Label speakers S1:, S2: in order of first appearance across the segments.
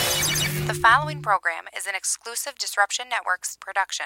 S1: The following program is an exclusive Disruption Networks production.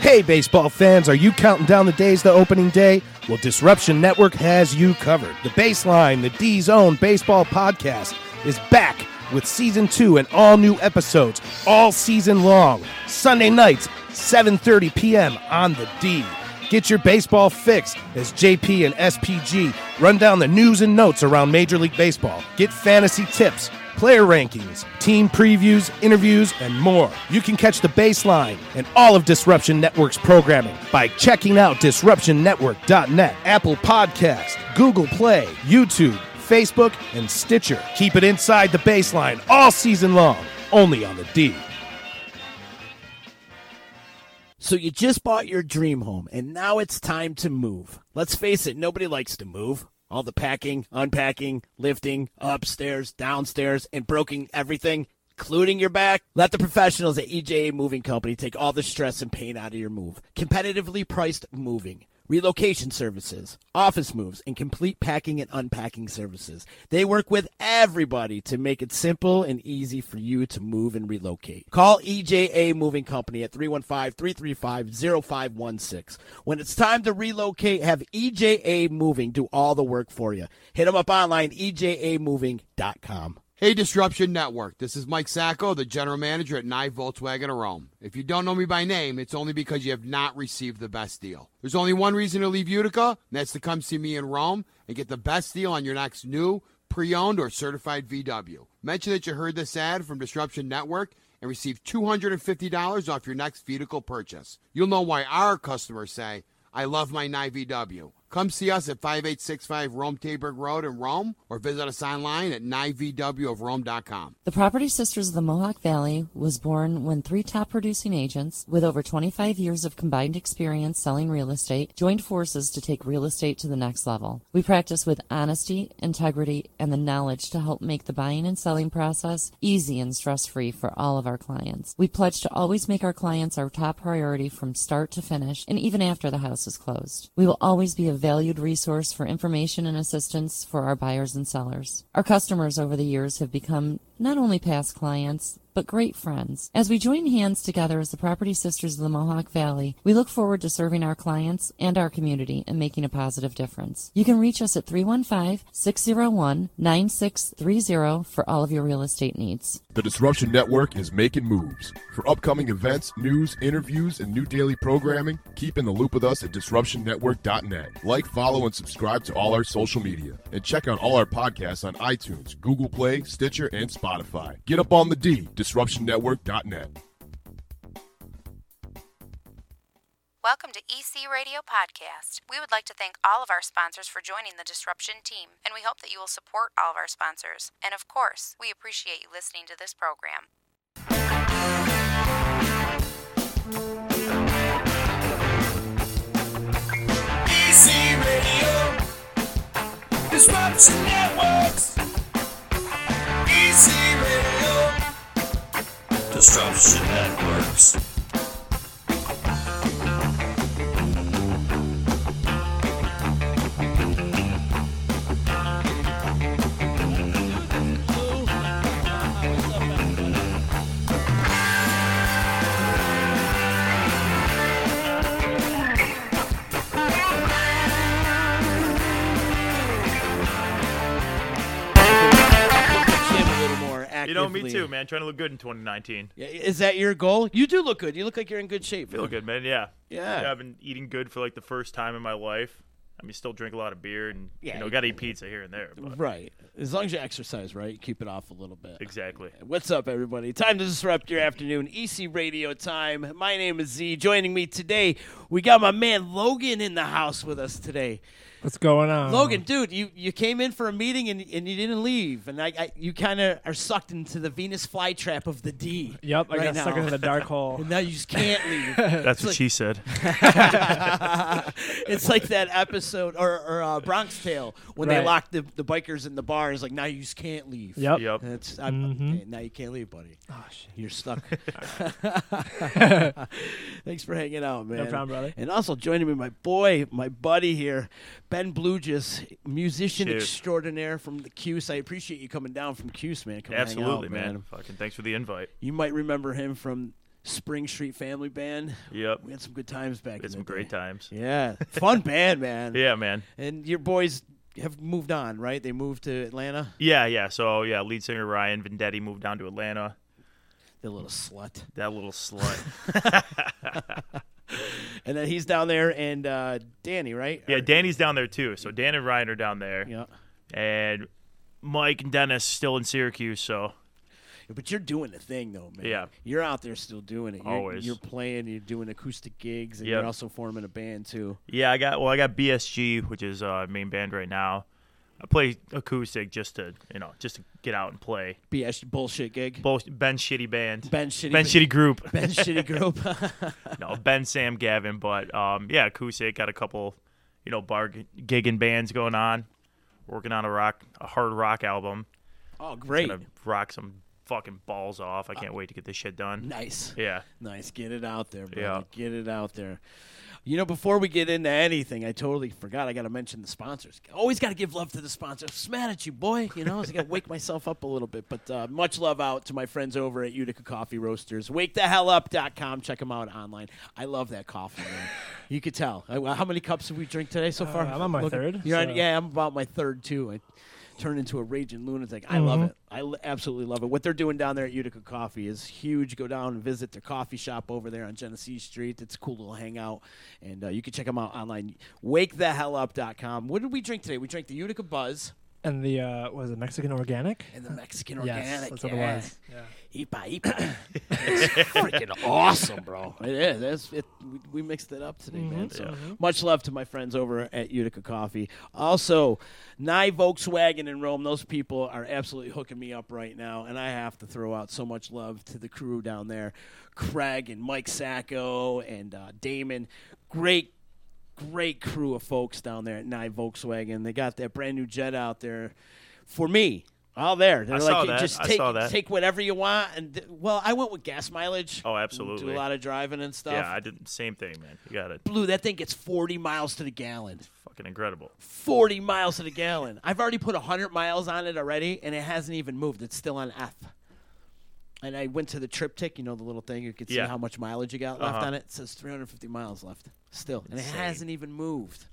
S2: Hey, baseball fans, are you counting down the days to opening day? Well, Disruption Network has you covered. The Baseline, the D's Own Baseball Podcast, is back with season two and all new episodes all season long. Sunday nights, 7.30 p.m. on the D. Get your baseball fix as JP and SPG run down the news and notes around Major League Baseball. Get fantasy tips player rankings, team previews, interviews, and more. You can catch the baseline and all of Disruption Network's programming by checking out disruptionnetwork.net, Apple Podcast, Google Play, YouTube, Facebook, and Stitcher. Keep it inside the baseline all season long, only on the D.
S3: So you just bought your dream home and now it's time to move. Let's face it, nobody likes to move. All the packing, unpacking, lifting, upstairs, downstairs, and broken everything, including your back. Let the professionals at EJA Moving Company take all the stress and pain out of your move. Competitively priced moving relocation services, office moves, and complete packing and unpacking services. They work with everybody to make it simple and easy for you to move and relocate. Call EJA Moving Company at 315-335-0516. When it's time to relocate, have EJA Moving do all the work for you. Hit them up online, E ejamoving.com.
S4: Hey, Disruption Network. This is Mike Sacco, the general manager at Nye Volkswagen of Rome. If you don't know me by name, it's only because you have not received the best deal. There's only one reason to leave Utica, and that's to come see me in Rome and get the best deal on your next new, pre owned, or certified VW. Mention that you heard this ad from Disruption Network and receive $250 off your next vehicle purchase. You'll know why our customers say, I love my 9VW. Come see us at 5865 Rome Taberg Road in Rome or visit us online at 9VWofRome.com.
S5: The Property Sisters of the Mohawk Valley was born when three top producing agents with over 25 years of combined experience selling real estate joined forces to take real estate to the next level. We practice with honesty, integrity, and the knowledge to help make the buying and selling process easy and stress free for all of our clients. We pledge to always make our clients our top priority from start to finish and even after the house is closed. We will always be a valued resource for information and assistance for our buyers and sellers. Our customers over the years have become not only past clients, but great friends. As we join hands together as the Property Sisters of the Mohawk Valley, we look forward to serving our clients and our community and making a positive difference. You can reach us at 315-601-9630 for all of your real estate needs.
S6: The Disruption Network is making moves. For upcoming events, news, interviews, and new daily programming, keep in the loop with us at disruptionnetwork.net. Like, follow, and subscribe to all our social media. And check out all our podcasts on iTunes, Google Play, Stitcher, and Spotify. Get up on the D, disruptionnetwork.net.
S1: Welcome to EC Radio Podcast. We would like to thank all of our sponsors for joining the Disruption team, and we hope that you will support all of our sponsors. And of course, we appreciate you listening to this program.
S7: EC Radio Disruption Networks EC Radio Disruption Networks
S3: Jim a little more
S8: You know, me
S3: actively-
S8: too, man. Trying to look good in 2019.
S3: Yeah, Is that your goal? You do look good. You look like you're in good shape.
S8: Feel good, man. Yeah.
S3: Yeah.
S8: I've been eating good for like the first time in my life. I mean, still drink a lot of beer and
S3: Yeah,
S8: you know,
S3: you-
S8: got to eat pizza here and there. But
S3: Right. As long as you exercise, right? You keep it off a little bit.
S8: exactly.
S3: What's up, everybody? Time to disrupt your afternoon. EC Radio time. My name is Z. Joining me today, we got my man Logan in the house with us today.
S9: What's going on?
S3: Logan, dude, you, you came in for a meeting and, and you didn't leave, and I, I you kind of are sucked into the Venus flytrap of the D.
S9: Yep, I
S3: right
S9: got
S3: now.
S9: stuck into the dark hole.
S3: And now you just can't leave.
S8: That's what she said.
S3: it's like that episode or, or uh, Bronx Tale when they
S9: Right.
S3: locked the, the bikers in the bars. Like now you just can't leave.
S9: Yep. Mm-hmm.
S8: yep.
S3: That's I'm, now you can't leave, buddy. Oh shit, you're stuck. Thanks for hanging out, man.
S9: problem, brother.
S3: And also joining me, my boy, my buddy here, Ben Bluegis, musician
S8: Cheers.
S3: extraordinaire from the Cuse. I appreciate you coming down from Cuse, man. Come hang out,
S8: Absolutely,
S3: man.
S8: man. Fucking thanks for the invite.
S3: You might remember him from Spring Street Family Band.
S8: Yep.
S3: We had some good times back.
S8: We
S3: in
S8: had some
S3: the
S8: great
S3: day.
S8: times.
S3: Yeah, fun band, man.
S8: Yeah, man.
S3: And your boys have moved on, right? They moved to Atlanta.
S8: Yeah, yeah. So yeah, lead singer Ryan Vendetti moved down to Atlanta.
S3: The little slut.
S8: That little slut.
S3: And then he's down there, and uh, Danny, right?
S8: yeah,
S3: Or-
S8: Danny's down there too. So Dan and Ryan are down there,
S3: Yeah.
S8: and Mike and Dennis still in Syracuse. So
S3: But you're doing the thing though, man.
S8: Yeah.
S3: You're out there still doing it. You're,
S8: Always.
S3: You're playing. You're doing acoustic gigs, and
S8: Yep.
S3: you're also forming a band too.
S8: yeah, I got well, I got BSG, which is uh, main band right now. I play acoustic just to you know just to get out and play.
S3: BS bullshit gig.
S8: Both Ben Shitty Band,
S3: ben shitty.
S8: Ben Shitty Group.
S3: Ben shitty group.
S8: no, Ben, Sam, Gavin, but um, yeah, acoustic got a couple, you know, bar g- gig and bands going on, working on a rock, a hard rock album.
S3: oh, great.
S8: Gonna rock some fucking balls off. I can't wait to get this shit done.
S3: Nice.
S8: Yeah,
S3: Nice. Get it out there, brother.
S8: Yeah.
S3: Get it out there. You know, before we get into anything, I totally forgot. I got to mention the sponsors. Always got to give love to the sponsors. Just Mad at you, boy. You know, I got to wake myself up a little bit. But uh, much love out to my friends over at Utica Coffee Roasters. WakeTheHellUp.com. Check them out online. I love that coffee, man. you could tell. I, how many cups have we drank today so far?
S9: Uh, I'm on my
S3: Look at-
S9: third,
S3: You're on-
S9: so-
S3: yeah, I'm about my third, too. I turned into a raging lunatic. I love
S9: Mm-hmm.
S3: it. I l- absolutely love it. What they're doing down there at Utica Coffee is huge. Go down and visit their coffee shop over there on Genesee Street. It's a cool little hangout, and uh, you can check them out online. WakeTheHellUp.com. What did we drink today? We drank the Utica Buzz
S9: And the uh, was it Mexican organic?
S3: and the Mexican
S9: Yes,
S3: Organic.
S9: that's what it was.
S3: yeah. Ipa, ipa. it's freaking awesome, bro. It is. It's, it, we, we mixed it up today,
S8: Mm-hmm,
S3: man. So much love to my friends over at Utica Coffee. Also, Nye Volkswagen in Rome. Those people are absolutely hooking me up right now, and I have to throw out so much love to the crew down there, Craig and Mike Sacco and uh, Damon. Great great crew of folks down there at Nye Volkswagen. They got that brand new jet out there for me. All there. They're
S8: I
S3: like,
S8: saw that.
S3: just
S8: I
S3: take
S8: saw that.
S3: take whatever you want. And th- well, I went with gas mileage. Mm,
S8: Oh, absolutely.
S3: Do a lot of driving and stuff.
S8: yeah. I did same thing, man. You got it.
S3: Blue, that thing gets 40 miles to the gallon.
S8: Fucking incredible.
S3: 40 miles to the gallon. I've already put 100 miles on it already, and it hasn't even moved. It's still on F. And I went to the triptych, you know, the little thing you could see
S8: Yeah. Uh-huh.
S3: how much mileage you got left on it. It says 350 miles left still, and it hasn't even moved.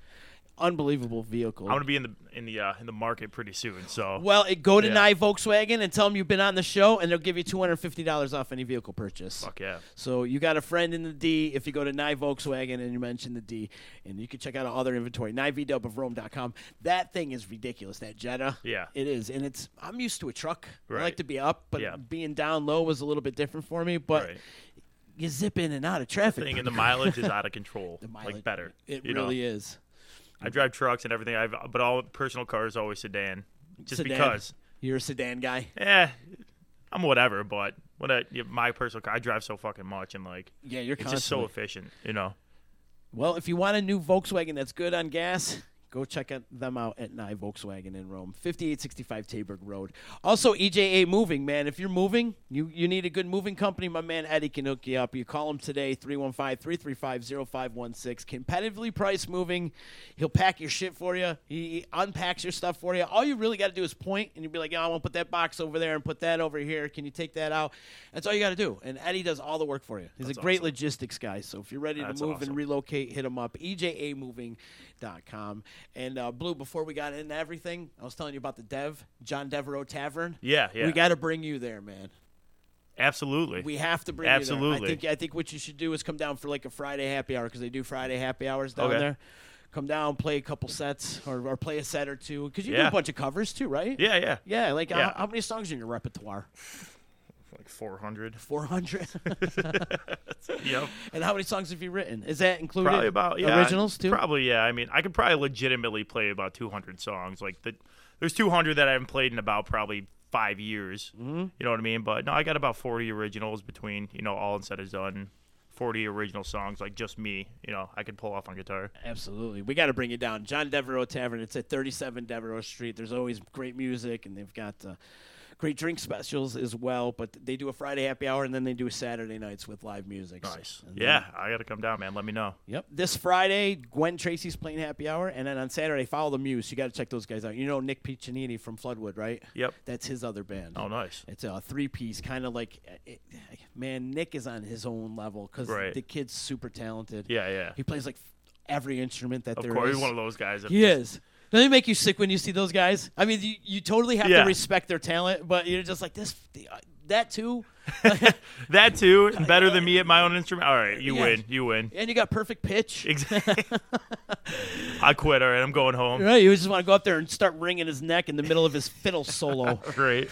S3: Unbelievable vehicle.
S8: I'm gonna be in the in the uh, in the market pretty soon. So
S3: Well, it, go to
S8: Yeah.
S3: Nye Volkswagen and tell them you've been on the show, and they'll give you two hundred fifty dollars off any vehicle purchase.
S8: fuck yeah.
S3: So you got a friend in the D if you go to Nye Volkswagen and you mention the D, and you can check out all their inventory. NyeVDub of Rome.com. That thing is ridiculous. That Jetta.
S8: Yeah.
S3: it is, and it's. I'm used to a truck. I
S8: Right.
S3: like to be up, but
S8: Yeah.
S3: being down low was a little bit different for me. But
S8: Right.
S3: you zip in and out of traffic.
S8: Thing and the mileage is out of control.
S3: The
S8: like better.
S3: It
S8: you
S3: really
S8: know?
S3: is.
S8: I drive trucks and everything. I've but all personal cars always sedan, just
S3: Sedan.
S8: because.
S3: you're a sedan guy.
S8: Eh, I'm whatever. But when I yeah, my personal car, I drive so fucking much and like
S3: Yeah, you're
S8: it's just so
S3: constantly-
S8: efficient. You know.
S3: Well, if you want a new Volkswagen that's good on gas, go check out them out at Nye Volkswagen in Rome, 5865 Taberg Road. Also, EJA Moving, man. If you're moving, you, you need a good moving company, my man Eddie can hook you up. You call him today, 315 335 0516. Competitively priced moving. He'll pack your shit for you, he unpacks your stuff for you. All you really got to do is point and you'll be like, yeah, I want to put that box over there and put that over here. Can you take that out? That's all you got to do. And Eddie does all the work for you. He's a great logistics guy. So if you're ready to
S8: That's
S3: move
S8: awesome.
S3: and relocate, hit them up. E EJAmoving.com. And uh, Blue, before we got into everything, I was telling you about the Dev, John Devereaux Tavern.
S8: Yeah, yeah.
S3: We got to bring you there, man.
S8: Absolutely.
S3: We have to bring you there. I
S8: Absolutely.
S3: think, I think what you should do is come down for like a Friday happy hour because they do Friday happy hours down
S8: Okay.
S3: there. Come down, play a couple sets or, or play a set or two because you do
S8: Yeah.
S3: a bunch of covers too, right?
S8: yeah, yeah.
S3: Yeah, like
S8: Yeah.
S3: How, how many songs are in your repertoire?
S8: Like 400.
S3: 400.
S8: Yep.
S3: and how many songs have you written? Is that included?
S8: probably about yeah,
S3: originals too?
S8: Probably yeah. I mean, I could probably legitimately play about 200 songs. Like the, there's 200 that I haven't played in about probably five years.
S3: Mm-hmm.
S8: You know what I mean? But no, I got about 40 originals between you know all and said is done. 40 original songs like just me. You know, I could pull off on guitar.
S3: Absolutely. We got to bring it down. John Devereaux Tavern. It's at 37 Devereaux Street. There's always great music, and they've got uh, great drink specials as well. But they do a Friday happy hour and then they do Saturday nights with live music. so-
S8: Nice.
S3: and
S8: Yeah, I got to come down, man. Let me know.
S3: Yep. This Friday, Gwen Tracy's playing Happy Hour, and then on Saturday, Follow the Muse. You got to check those guys out. You know Nick Piccinini from Floodwood, right?
S8: Yep.
S3: That's his other band.
S8: Oh, nice.
S3: It's a three-piece, kind of like, it, man, Nick is on his own level because
S8: Right.
S3: the kid's super talented.
S8: Yeah, yeah.
S3: He plays like every instrument that
S8: Of
S3: there
S8: course,
S3: is.
S8: he's one of those guys. that
S3: He
S8: just-
S3: is. Doesn't it make you sick when you see those guys? I mean, you, you totally have
S8: Yeah.
S3: to respect their talent, but you're just like this, uh, that too.
S8: That too, and better than me at my own instrument. All right, you
S3: Yeah.
S8: win. You win.
S3: And you got perfect pitch.
S8: Exactly. I quit. All right, I'm going home.
S3: Right, you just want to go up there and start wringing his neck in the middle of his fiddle solo.
S8: Great.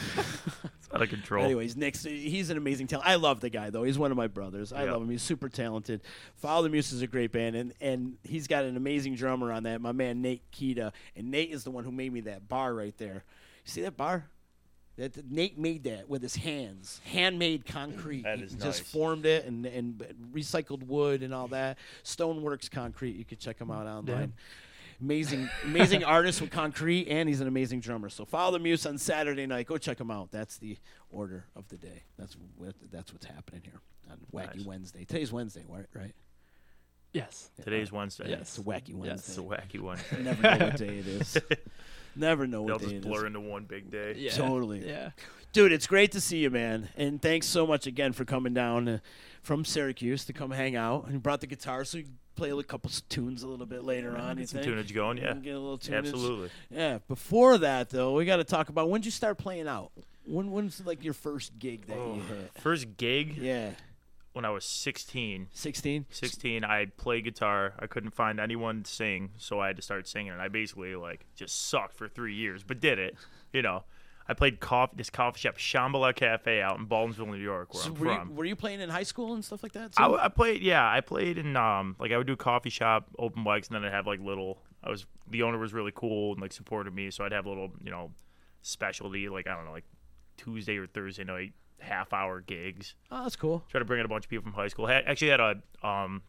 S8: It's out of control.
S3: Anyways, Nick's he's an amazing talent. I love the guy though. He's one of my brothers. I
S8: Yeah.
S3: love him. He's super talented. Follow the Muse is a great band, and and he's got an amazing drummer on that. My man Nate Keita, and Nate is the one who made me that bar right there. You see that bar? That that Nate made that with his hands, handmade concrete.
S8: That
S3: He
S8: is
S3: just
S8: nice.
S3: formed it and and recycled wood and all that. Stoneworks Concrete. You could check him out online. Amazing, amazing artist with concrete, and he's an amazing drummer. So follow the Muse on Saturday night. Go check him out. That's the order of the day. That's what, that's what's happening here on Wacky
S8: Nice.
S3: Wednesday. Today's Wednesday, right? Right?
S9: Yes.
S8: Today's Wednesday.
S3: It's a Wacky
S8: It's
S3: Wednesday.
S8: a wacky Wednesday.
S3: Never know what day it is. Never know
S8: They'll
S3: what day
S8: just
S3: it
S8: blur
S3: is.
S8: into one big day.
S9: Yeah.
S3: Totally.
S9: Yeah.
S3: Dude, it's great to see you, man. And thanks so much again for coming down uh, from Syracuse to come hang out. And you brought the guitar, so you can play a couple s- tunes a little bit later on. you
S8: Get some
S3: think?
S8: tunage going. Yeah.
S3: Get a little tunage.
S8: Absolutely.
S3: Yeah. Before that, though, we got to talk about when did you start playing out? When when's like your first gig
S8: Oh.
S3: that you hit?
S8: First gig
S3: Yeah,
S8: when I was 16.
S3: sixteen.
S8: 16, I played guitar. I couldn't find anyone to sing, so I had to start singing. And I basically like just sucked for three years, but did it. You know, I played coffee, this coffee shop, Shambhala Cafe, out in Baldwinsville, New York, where
S3: So
S8: I'm
S3: were you,
S8: from.
S3: were you playing in high school and stuff like that?
S8: I,
S3: too?
S8: w- I played, yeah, I played in um like I would do coffee shop open mics, and then I'd have like little. I was the owner was really cool and like supported me, so I'd have little you know specialty like I don't know like Tuesday or Thursday night half hour gigs.
S3: oh, that's cool.
S8: Try to bring in a bunch of people from high school. Had, actually had a um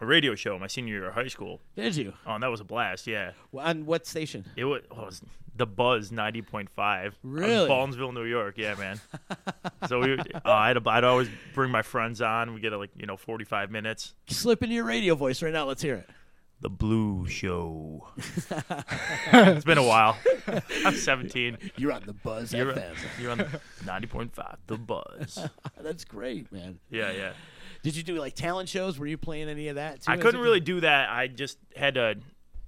S8: a radio show my senior year of high school.
S3: Did you?
S8: Oh, and that was a blast. Yeah,
S3: Well, on what station?
S8: it was, oh, it was the Buzz ninety point five.
S3: Really?
S8: Ballsville, New York. Yeah, man. so we, would- uh, I'd I'd always bring my friends on. We get uh, like you know forty five minutes.
S3: Slip into your radio voice right now. Let's hear it.
S8: The Blue Show. it's been a while. I'm 17.
S3: You're on the Buzz
S8: You're,
S3: FM.
S8: you're on the 90.5, The Buzz.
S3: That's great, man.
S8: Yeah, yeah.
S3: Did you do like talent shows? Were you playing any of that? Too?
S8: I
S3: as a
S8: couldn't
S3: kid?
S8: really do that. I just had to,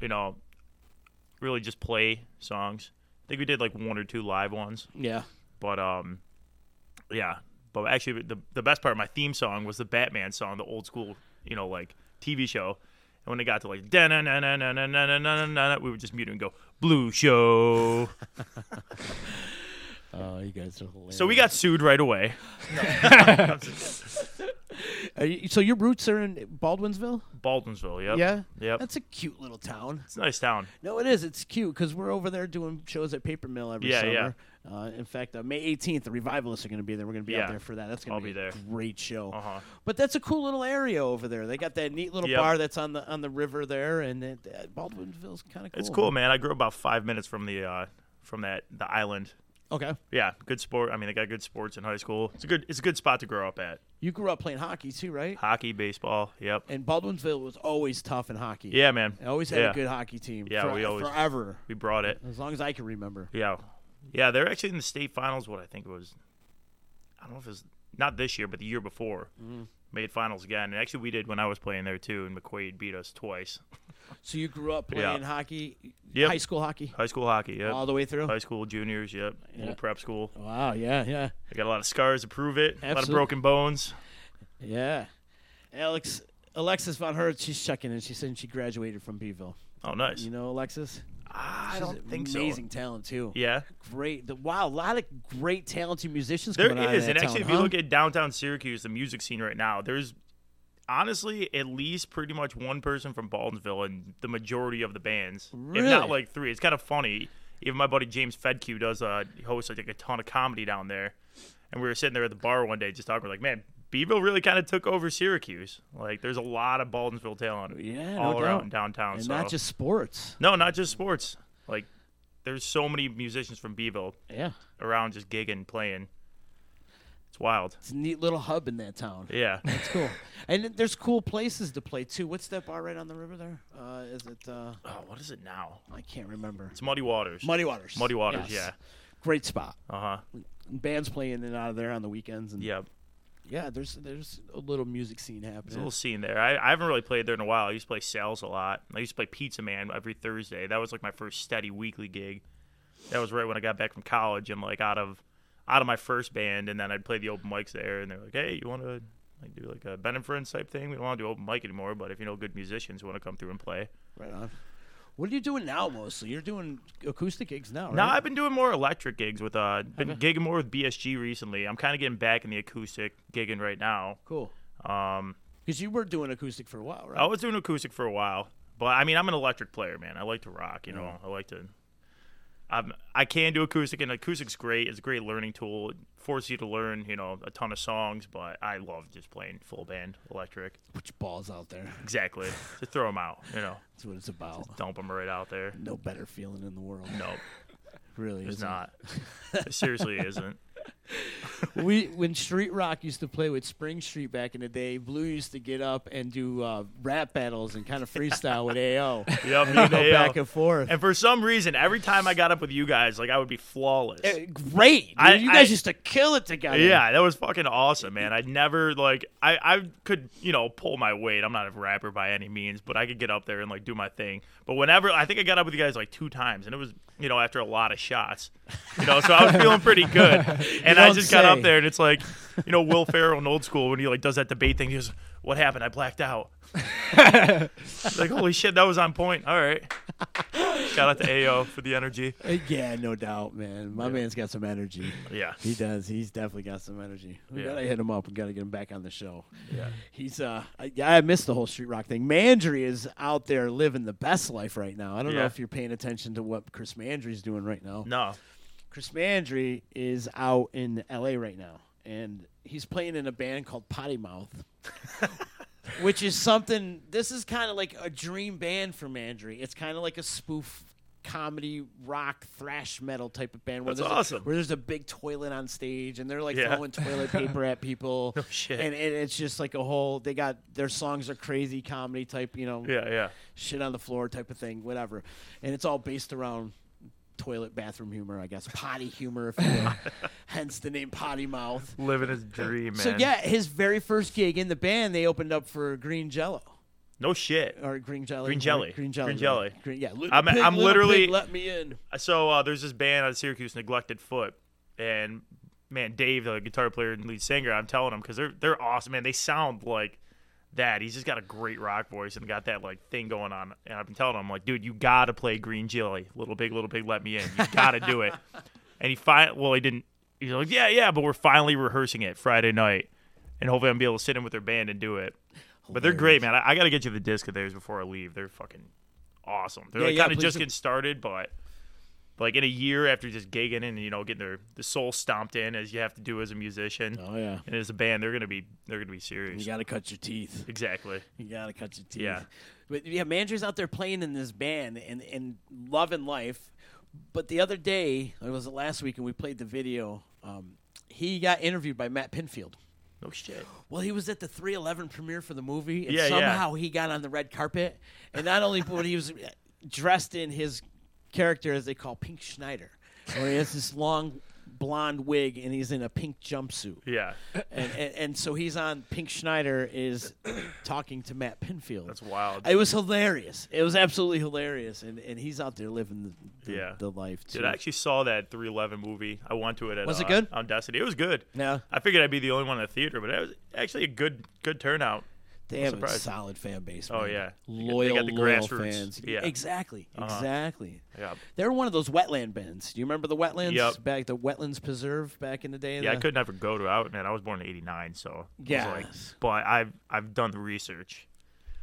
S8: you know, really just play songs. I think we did like one or two live ones,
S3: Yeah.
S8: but um, yeah. But actually, the the best part of my theme song was the Batman song, the old school, you know, like TV show. And when it got to like da na na na na na na na na, we would just mute it and go Blue Show.
S3: Oh, you guys are hilarious.
S8: So we got sued right away.
S3: Are you, so your roots are in Baldwinsville.
S8: Baldwinsville, yep.
S3: Yeah.
S8: Yep.
S3: That's a cute little town.
S8: it's a nice town.
S3: No, it is. It's cute because we're over there doing shows at Paper Mill every
S8: Yeah,
S3: summer.
S8: yeah.
S3: Uh, in fact, uh, May 18th, the Revivalists are going to be there. We're going to be out
S8: Yeah.
S3: there for that. That's going
S8: I'll
S3: to
S8: be
S3: a
S8: there.
S3: great show.
S8: Uh-huh.
S3: But that's a cool little area over there. They got that neat little
S8: Yep.
S3: bar that's on the on the river there, and it, uh, Baldwinville's kind of cool.
S8: It's cool, man. I grew about five minutes from the uh from that the island.
S3: Okay,
S8: Yeah, good sport. I mean, they got good sports in high school. It's a good it's a good spot to grow up at.
S3: you grew up playing hockey too, right?
S8: Hockey, baseball. Yep.
S3: And Baldwinsville was always tough in hockey.
S8: Yeah, man.
S3: They always had
S8: yeah.
S3: a good hockey team.
S8: Yeah,
S3: for-
S8: we always-
S3: forever
S8: We brought it.
S3: as long as I can remember.
S8: Yeah. Yeah, they're actually in the state finals what I think it was I don't know if it was not this year, but the year before.
S3: Mm.
S8: Made finals again. And actually we did when I was playing there too, and McQuaid beat us twice.
S3: So you grew up
S8: Yeah.
S3: playing hockey,
S8: Yep.
S3: high school hockey,
S8: High school hockey, yeah.
S3: all the way through.
S8: High school juniors, yep. A little prep school.
S3: Wow, yeah, yeah.
S8: I got a lot of scars to prove it. A lot of
S3: Absolute-
S8: broken bones.
S3: Yeah. Alex Alexis von Hertz, she's checking in. She said she graduated from Beeville.
S8: Oh, nice.
S3: You know Alexis?
S8: Ah, I
S3: She's
S8: don't think
S3: amazing
S8: so.
S3: talent too.
S8: Yeah,
S3: Great. The, wow, a lot of great talented musicians
S8: there
S3: coming out of
S8: is,
S3: that
S8: and actually,
S3: town,
S8: if you
S3: huh?
S8: look at downtown Syracuse, the music scene right now, there's honestly at least pretty much one person from Baldensville, and the majority of the bands, if
S3: Really?
S8: not like three. It's kind of funny. Even my buddy James Fedke does uh, he hosts I think a ton of comedy down there, and we were sitting there at the bar one day just talking. We're like, man, Beeville really kind of took over Syracuse. Like, there's a lot of Baldensville talent
S3: Yeah, no
S8: all
S3: doubt.
S8: around downtown.
S3: and
S8: so
S3: not just sports.
S8: No, not just sports. Like there's so many musicians from Beeville
S3: Yeah.
S8: around just gigging, playing. It's wild.
S3: It's a neat little hub in that town.
S8: Yeah.
S3: It's cool. and then there's cool places to play too. What's that bar right on the river there? Uh, is it? Uh,
S8: Oh, what is it now?
S3: I can't remember.
S8: It's Muddy Waters.
S3: Muddy Waters.
S8: Muddy Waters,
S3: Yes. Oh. Great spot.
S8: yeah. Uh huh.
S3: Bands playing in and out of there on the weekends. And
S8: Yeah.
S3: yeah, there's there's a little music scene happening.
S8: There's a little scene there. I, I haven't really played there in a while. I used to play sales a lot. I used to play Pizza Man every Thursday. That was like my first steady weekly gig. That was right when I got back from college and like out of out of my first band, and then I'd play the open mics there, and they're like, "Hey, you want to like do like a Ben and Friends type thing? We don't want to do open mic anymore, but if you know good musicians who want to come through and play."
S3: Right on. What are you doing now mostly? You're doing acoustic gigs now, right?
S8: Now I've been doing more electric gigs with uh, been gigging more with BSG recently. I'm kind of getting back in the acoustic gigging right now.
S3: cool.
S8: Um,
S3: Because you were doing acoustic for a while, right?
S8: I was doing acoustic for a while, but I mean, I'm an electric player, man. I like to rock, you know. I like to. I'm, I can do acoustic, and acoustic's great. It's a great learning tool. It forces you to learn, you know, a ton of songs. But I love just playing full band electric.
S3: Which balls out there?
S8: Exactly. to throw them out, you know,
S3: That's what it's about.
S8: dump them right out there.
S3: No better feeling in the world.
S8: No,
S3: Really,
S8: it's
S3: isn't it?
S8: not. It seriously isn't.
S3: we when street rock used to play with Spring Street back in the day, Blue used to get up and do uh, rap battles and kind of freestyle with AO.
S8: Yeah, me
S3: and they'd
S8: and
S3: go
S8: AO.
S3: back and forth.
S8: And for some reason, every time I got up with you guys, like I would be flawless.
S3: Eh, Great, dude.
S8: I-
S3: you guys
S8: I-
S3: used to kill it together.
S8: Yeah, that was fucking awesome, man. I never like I I could you know pull my weight. I'm not a rapper by any means, but I could get up there and like do my thing. But whenever I think I got up with you guys like two times, and it was you know after a lot of shots, you know, so I was feeling pretty good. And I
S3: don't
S8: just got
S3: say.
S8: up there, and it's like you know Will Ferrell in Old School when he like does that debate thing. He goes, "What happened? I blacked out." like holy shit, that was on point. All right, shout out to Ao for the energy.
S3: Eh, yeah, no doubt, man. My man's got some energy.
S8: Yeah,
S3: He does. He's definitely got some energy. We
S8: Yeah.
S3: gotta hit him up. We gotta get him back on the show.
S8: Yeah.
S3: He's uh, I, yeah, I missed the whole street rock thing. Mandry is out there living the best life right now. I don't know
S8: Yeah.
S3: if you're paying attention to what Chris Mandry's doing right now.
S8: no,
S3: Chris Mandry is out in LA right now, and he's playing in a band called Potty Mouth, which is something. This is kind of like a dream band for Mandry. It's kind of like a spoof comedy rock thrash metal type of band where
S8: That's
S3: there's
S8: awesome.
S3: a, where there's a big toilet on stage and they're like
S8: Yeah.
S3: throwing toilet paper at people
S8: shit.
S3: and, and it's just like a whole they got their songs are crazy comedy type you know
S8: yeah, yeah.
S3: shit on the floor type of thing, whatever. And it's all based around toilet bathroom humor, I guess, potty humor, if you will. Hence the name Potty Mouth.
S8: Living his dream, man.
S3: So yeah, his very first gig in the band, they opened up for Green Jello
S8: no shit.
S3: or Green Jelly,
S8: Green Jelly.
S3: Green Jelly,
S8: Green Jelly.
S3: right. Green, yeah, Little
S8: I'm-
S3: Pig,
S8: I'm
S3: Little
S8: literally-
S3: Pig, let me in.
S8: so uh, there's this band out of Syracuse, Neglected Foot, and man, Dave, the guitar player and lead singer, I'm telling him because they're they're awesome, man. They sound like that. He's just got a great rock voice and got that like thing going on. And I've been telling him like, dude, you gotta play Green Jelly, Little Big, Little Big, Let Me In. You gotta do it. And he finally, well, he didn't. He's like, yeah, yeah, but we're finally rehearsing it Friday night, and hopefully I'm gonna be able to sit in with their band and do it. But they're great, man. I, I gotta get you the disc of theirs before I leave. They're fucking awesome. They're
S3: Yeah,
S8: like
S3: yeah,
S8: kind of
S3: please
S8: just
S3: do.
S8: getting started, but like in a year after just gigging and you know getting their the soul stomped in as you have to do as a musician
S3: Oh yeah,
S8: and as a band, they're gonna be they're gonna be
S3: you
S8: serious.
S3: gotta cut your teeth.
S8: exactly.
S3: You gotta cut your teeth.
S8: Yeah.
S3: But yeah, Mandry's out there playing in this band and and loving life. But the other day, or was it last week, and we played the video. Um, he got interviewed by Matt Pinfield. Oh,
S8: No shit.
S3: Well, he was at the 311 premiere for the movie, and
S8: Yeah, yeah.
S3: somehow he got on the red carpet. And not only, but he was uh, dressed in his character as they call Pink Schneider, where he has this long blonde wig and he's in a pink jumpsuit
S8: Yeah,
S3: and, and and so he's on Pink Schneider is talking to Matt Pinfield.
S8: that's wild.
S3: It was hilarious. It was absolutely hilarious, and, and he's out there living the, the,
S8: Yeah.
S3: the life too.
S8: Dude, I actually saw that 311 movie. I went to it at
S3: Was it
S8: uh,
S3: good?
S8: on Destiny. It was good.
S3: Yeah.
S8: I figured I'd be the only one in the theater, but it was actually a good good turnout.
S3: they have a
S8: surprised.
S3: solid fan base.
S8: Oh,
S3: man.
S8: yeah. They got- they
S3: loyal,
S8: got the
S3: loyal
S8: grassroots.
S3: fans.
S8: Yeah. Uh-huh.
S3: exactly, exactly.
S8: Yeah.
S3: They're one of those wetland bands. Do you remember the wetlands
S8: Yep.
S3: back, the wetlands preserve back in the day?
S8: Yeah, I
S3: The-
S8: could never go to out, man. I was born in '89, so it was like,
S3: Yes.
S8: but I've I've done the research,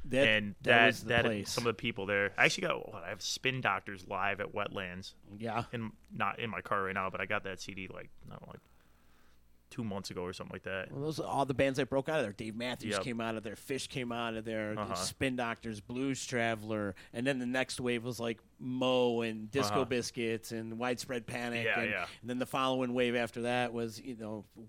S3: that,
S8: and
S3: that,
S8: that
S3: was the
S8: that,
S3: place.
S8: some of the people there. I actually got what I have Spin Doctors live at Wetlands,
S3: yeah,
S8: in not in my car right now, but I got that CD like I don't know, like two months ago or something like that.
S3: Well, those are all the bands that broke out of there. Dave Matthews
S8: Yep.
S3: came out of there. Fish came out of there.
S8: Uh-huh.
S3: Spin Doctors, Blues Traveler, and then the next wave was like Mo and Disco
S8: Uh-huh.
S3: Biscuits and Widespread Panic.
S8: Yeah,
S3: and,
S8: yeah.
S3: and then the following wave after that was you know wh-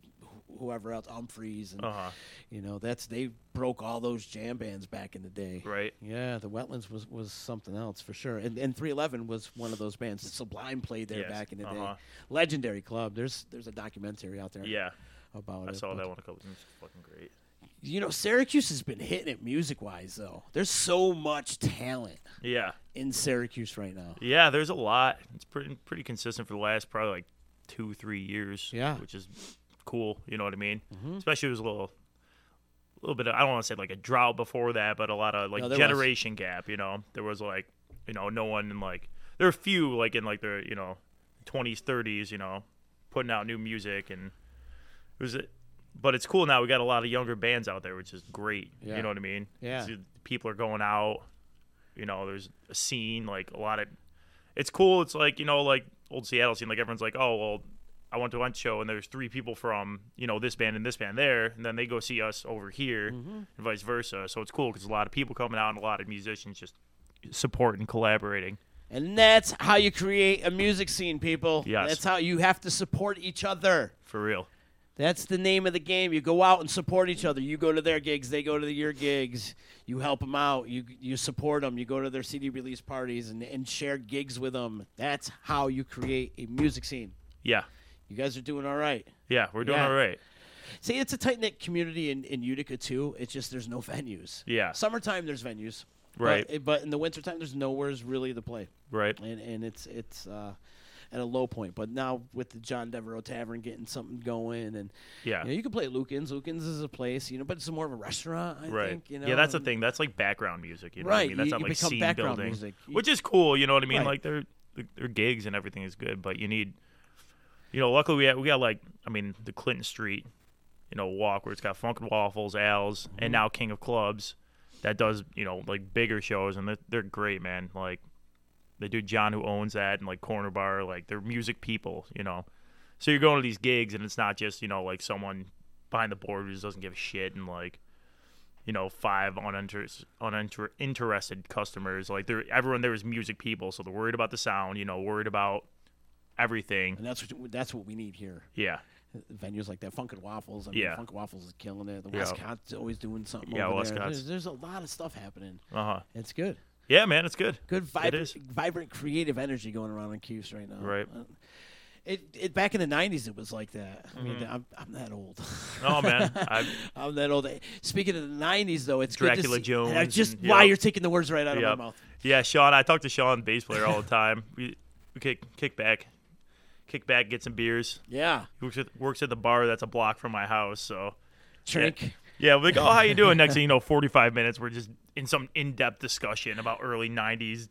S3: whoever else Humphreys and
S8: Uh-huh.
S3: you know that's they broke all those jam bands back in the day.
S8: Right.
S3: Yeah, the Wetlands was, was something else for sure, and and 311 was one of those bands. Sublime played there
S8: Yes,
S3: back in the
S8: uh-huh.
S3: day. Legendary club. There's there's a documentary out there.
S8: Yeah.
S3: about
S8: I
S3: it.
S8: saw
S3: but-
S8: that one a couple times. Fucking great.
S3: you know, Syracuse has been hitting it music wise though. There's so much talent
S8: Yeah.
S3: in Syracuse right now.
S8: Yeah, there's a lot. It's pretty pretty consistent for the last probably like two three years.
S3: Yeah. Mm-hmm.
S8: which is cool. You know what I mean? Especially it was a little, little bit. Of, I don't want to say like a drought before that, but a lot of like
S3: No, there was.
S8: generation gap. You know, there was like you know no one in like there are few like in like their you know twenties thirties. You know, putting out new music and it was. But it's cool now. We got a lot of younger bands out there, which is great.
S3: Yeah.
S8: You know what I mean?
S3: Yeah.
S8: See, People are going out. You know, there's a scene like a lot of it's cool. It's like you know, like old Seattle scene. Like everyone's like, oh well, I went to one show and there's three people from you know this band and this band there, and then they go see us over here,
S3: Mm-hmm.
S8: and vice versa. So it's cool because a lot of people coming out and a lot of musicians just support and collaborating.
S3: And that's how you create a music scene, people.
S8: Yes.
S3: That's how you have to support each other.
S8: For real,
S3: That's the name of the game. You go out and support each other. You go to their gigs, they go to your gigs. You help them out. You you support them. You go to their CD release parties and, and share gigs with them. That's how you create a music scene.
S8: yeah,
S3: You guys are doing all right.
S8: yeah, we're doing
S3: Yeah.
S8: all right.
S3: See, it's a tight knit community in, in Utica too. It's just there's no venues.
S8: Yeah.
S3: Summertime there's venues.
S8: Right.
S3: But, but in the wintertime there's nowhere's really to play.
S8: Right,
S3: And and it's it's uh at a low point. But now with the John Devereaux Tavern getting something going and
S8: Yeah.
S3: you, know, you can play at Lukens. Lukens is a place, you know, but it's more of a restaurant, I
S8: right.
S3: think, you know.
S8: yeah, that's the
S3: and-
S8: thing. That's like background music. You know what I
S3: Right,
S8: mean? That's
S3: you-
S8: not
S3: you
S8: like
S3: become
S8: scene
S3: background
S8: building,
S3: music. You-
S8: which is cool. You know what I mean?
S3: Right.
S8: Like their their gigs and everything is good, but you need, you know, luckily we had, we got like I mean the Clinton Street, you know, walk where it's got Funk and Waffles, Al's,
S3: Mm-hmm.
S8: and now King of Clubs, that does you know like bigger shows and they're, they're great, man. Like they do John who owns that and like Corner Bar, like they're music people, you know. So you're going to these gigs and it's not just you know like someone behind the board who just doesn't give a shit and like you know five uninter- uninter- interested customers like there everyone there is music people so they're worried about the sound you know worried about everything
S3: And that's what that's what we need here.
S8: yeah
S3: Venues like that, Funk and Waffles. I mean,
S8: Yeah.
S3: Funk and Waffles is killing it. The
S8: Yeah.
S3: Westcott's always doing something.
S8: Yeah,
S3: over there.
S8: Westcott's-
S3: There's, there's a lot of stuff happening.
S8: uh-huh
S3: It's good.
S8: yeah man it's good
S3: good
S8: it
S3: vibrant,
S8: is
S3: vibrant creative energy going around on Cuse right now.
S8: Right.
S3: Uh, It, it back in the '90s it was like that. I mean, I'm, I'm that old.
S8: Mm-hmm. oh man I,
S3: I'm that old. Speaking of the '90s, though, it's good to
S8: Dracula
S3: see,
S8: Jones
S3: I just
S8: and-
S3: why
S8: yep.
S3: you're taking the words right out
S8: yeah
S3: of my mouth.
S8: yeah sean i talk to sean bass player all the time we, we kick kick back kick back get some beers
S3: Yeah,
S8: he works at, works at the bar that's a block from my house so
S3: drink.
S8: yeah we're like oh how you doing next thing you know 45 minutes we're just in some in-depth discussion about early 90s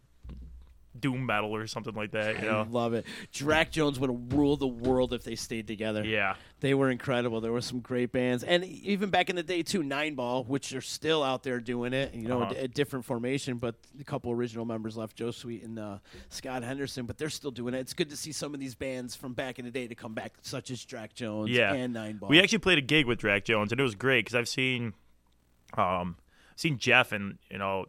S8: doom metal or something like that you
S3: I
S8: know
S3: love it. Drac Jones would have ruled the world if they stayed together.
S8: yeah
S3: They were incredible. There were some great bands, and even back in the day too, Nine Ball, which are still out there doing it. You know,
S8: Uh-huh.
S3: a, a different formation, but a couple original members left, Joe Sweet and uh, Scott Henderson, but they're still doing it. It's good to see some of these bands from back in the day to come back, such as Drac Jones
S8: yeah.
S3: and Nine Ball.
S8: We actually played a gig with Drac Jones, and it was great because I've seen, um, seen Jeff and you know,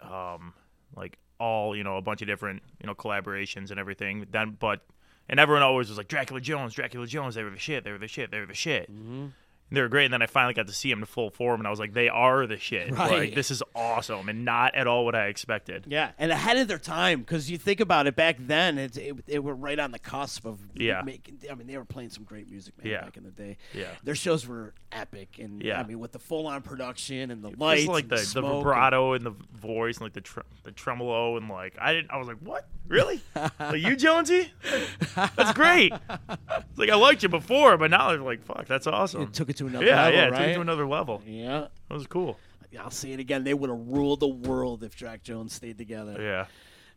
S8: um, like all you know a bunch of different you know collaborations and everything. Then, but and everyone always was like Dracula Jones, Dracula Jones. They were the shit. They were the shit. They were the shit. Mm-hmm. They were great. And then I finally got to see him in full form, and I was like, they are the shit.
S3: Right.
S8: Like this is awesome, and not at all what I expected.
S3: yeah, and ahead of their time because you think about it, back then it, it they were right on the cusp of
S8: Yeah.
S3: Making, I mean, they were playing some great music, man,
S8: Yeah.
S3: back in the day.
S8: Yeah.
S3: their shows were epic, and
S8: Yeah.
S3: I mean, with the full-on production and the
S8: Just
S3: lights,
S8: like
S3: and
S8: the, the
S3: smoke and-
S8: vibrato and the voice and like the tr- the tremolo and like I didn't I was like what really like you Jonesy that's great It's like I liked you before but now they're like fuck that's awesome
S3: It took it to another
S8: yeah
S3: level,
S8: yeah it
S3: right?
S8: took it to another level
S3: yeah,
S8: that was cool
S3: I'll say it again. They would have ruled the world if Jack Jones stayed together.
S8: yeah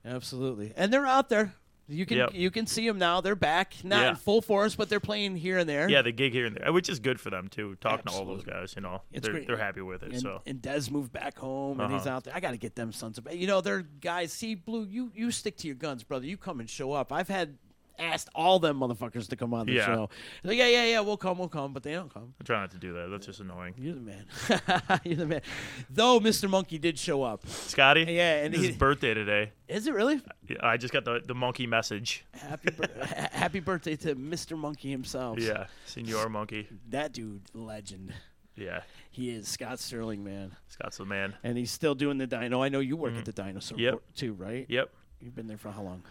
S3: Absolutely, and they're out there. You can
S8: Yep.
S3: you can see them now. They're back, not
S8: Yeah.
S3: in full force, but they're playing here and there.
S8: yeah the gig here and there which is good for them too talking to all
S3: Absolutely.
S8: those guys you know
S3: It's
S8: they're
S3: great.
S8: they're happy with it
S3: And,
S8: so
S3: and Dez moved back home, and he's
S8: Uh-huh.
S3: out there. I got to get them sons of. You know, they're guys. See, Blue, you you stick to your guns, brother. You come and show up. I've had asked all them motherfuckers to come on the
S8: Yeah.
S3: show. They're like, yeah, yeah, yeah, we'll come, we'll come, but they don't come.
S8: I try not to do that. That's just annoying.
S3: You're the man. You're the man. Though Mr. Monkey did show up.
S8: Scotty?
S3: Yeah, and
S8: it's his
S3: he-
S8: birthday today.
S3: Is it really?
S8: I just got the, the monkey message.
S3: Happy, bir- ha- happy birthday to Mr. Monkey himself.
S8: Yeah, Senor Monkey.
S3: That dude, legend.
S8: Yeah,
S3: He is Scott Sterling, man.
S8: Scott's the man.
S3: And he's still doing the dino. I know you work at the dinosaur
S8: Mm. Yep.
S3: Report too, right?
S8: Yep,
S3: You've been there for how long?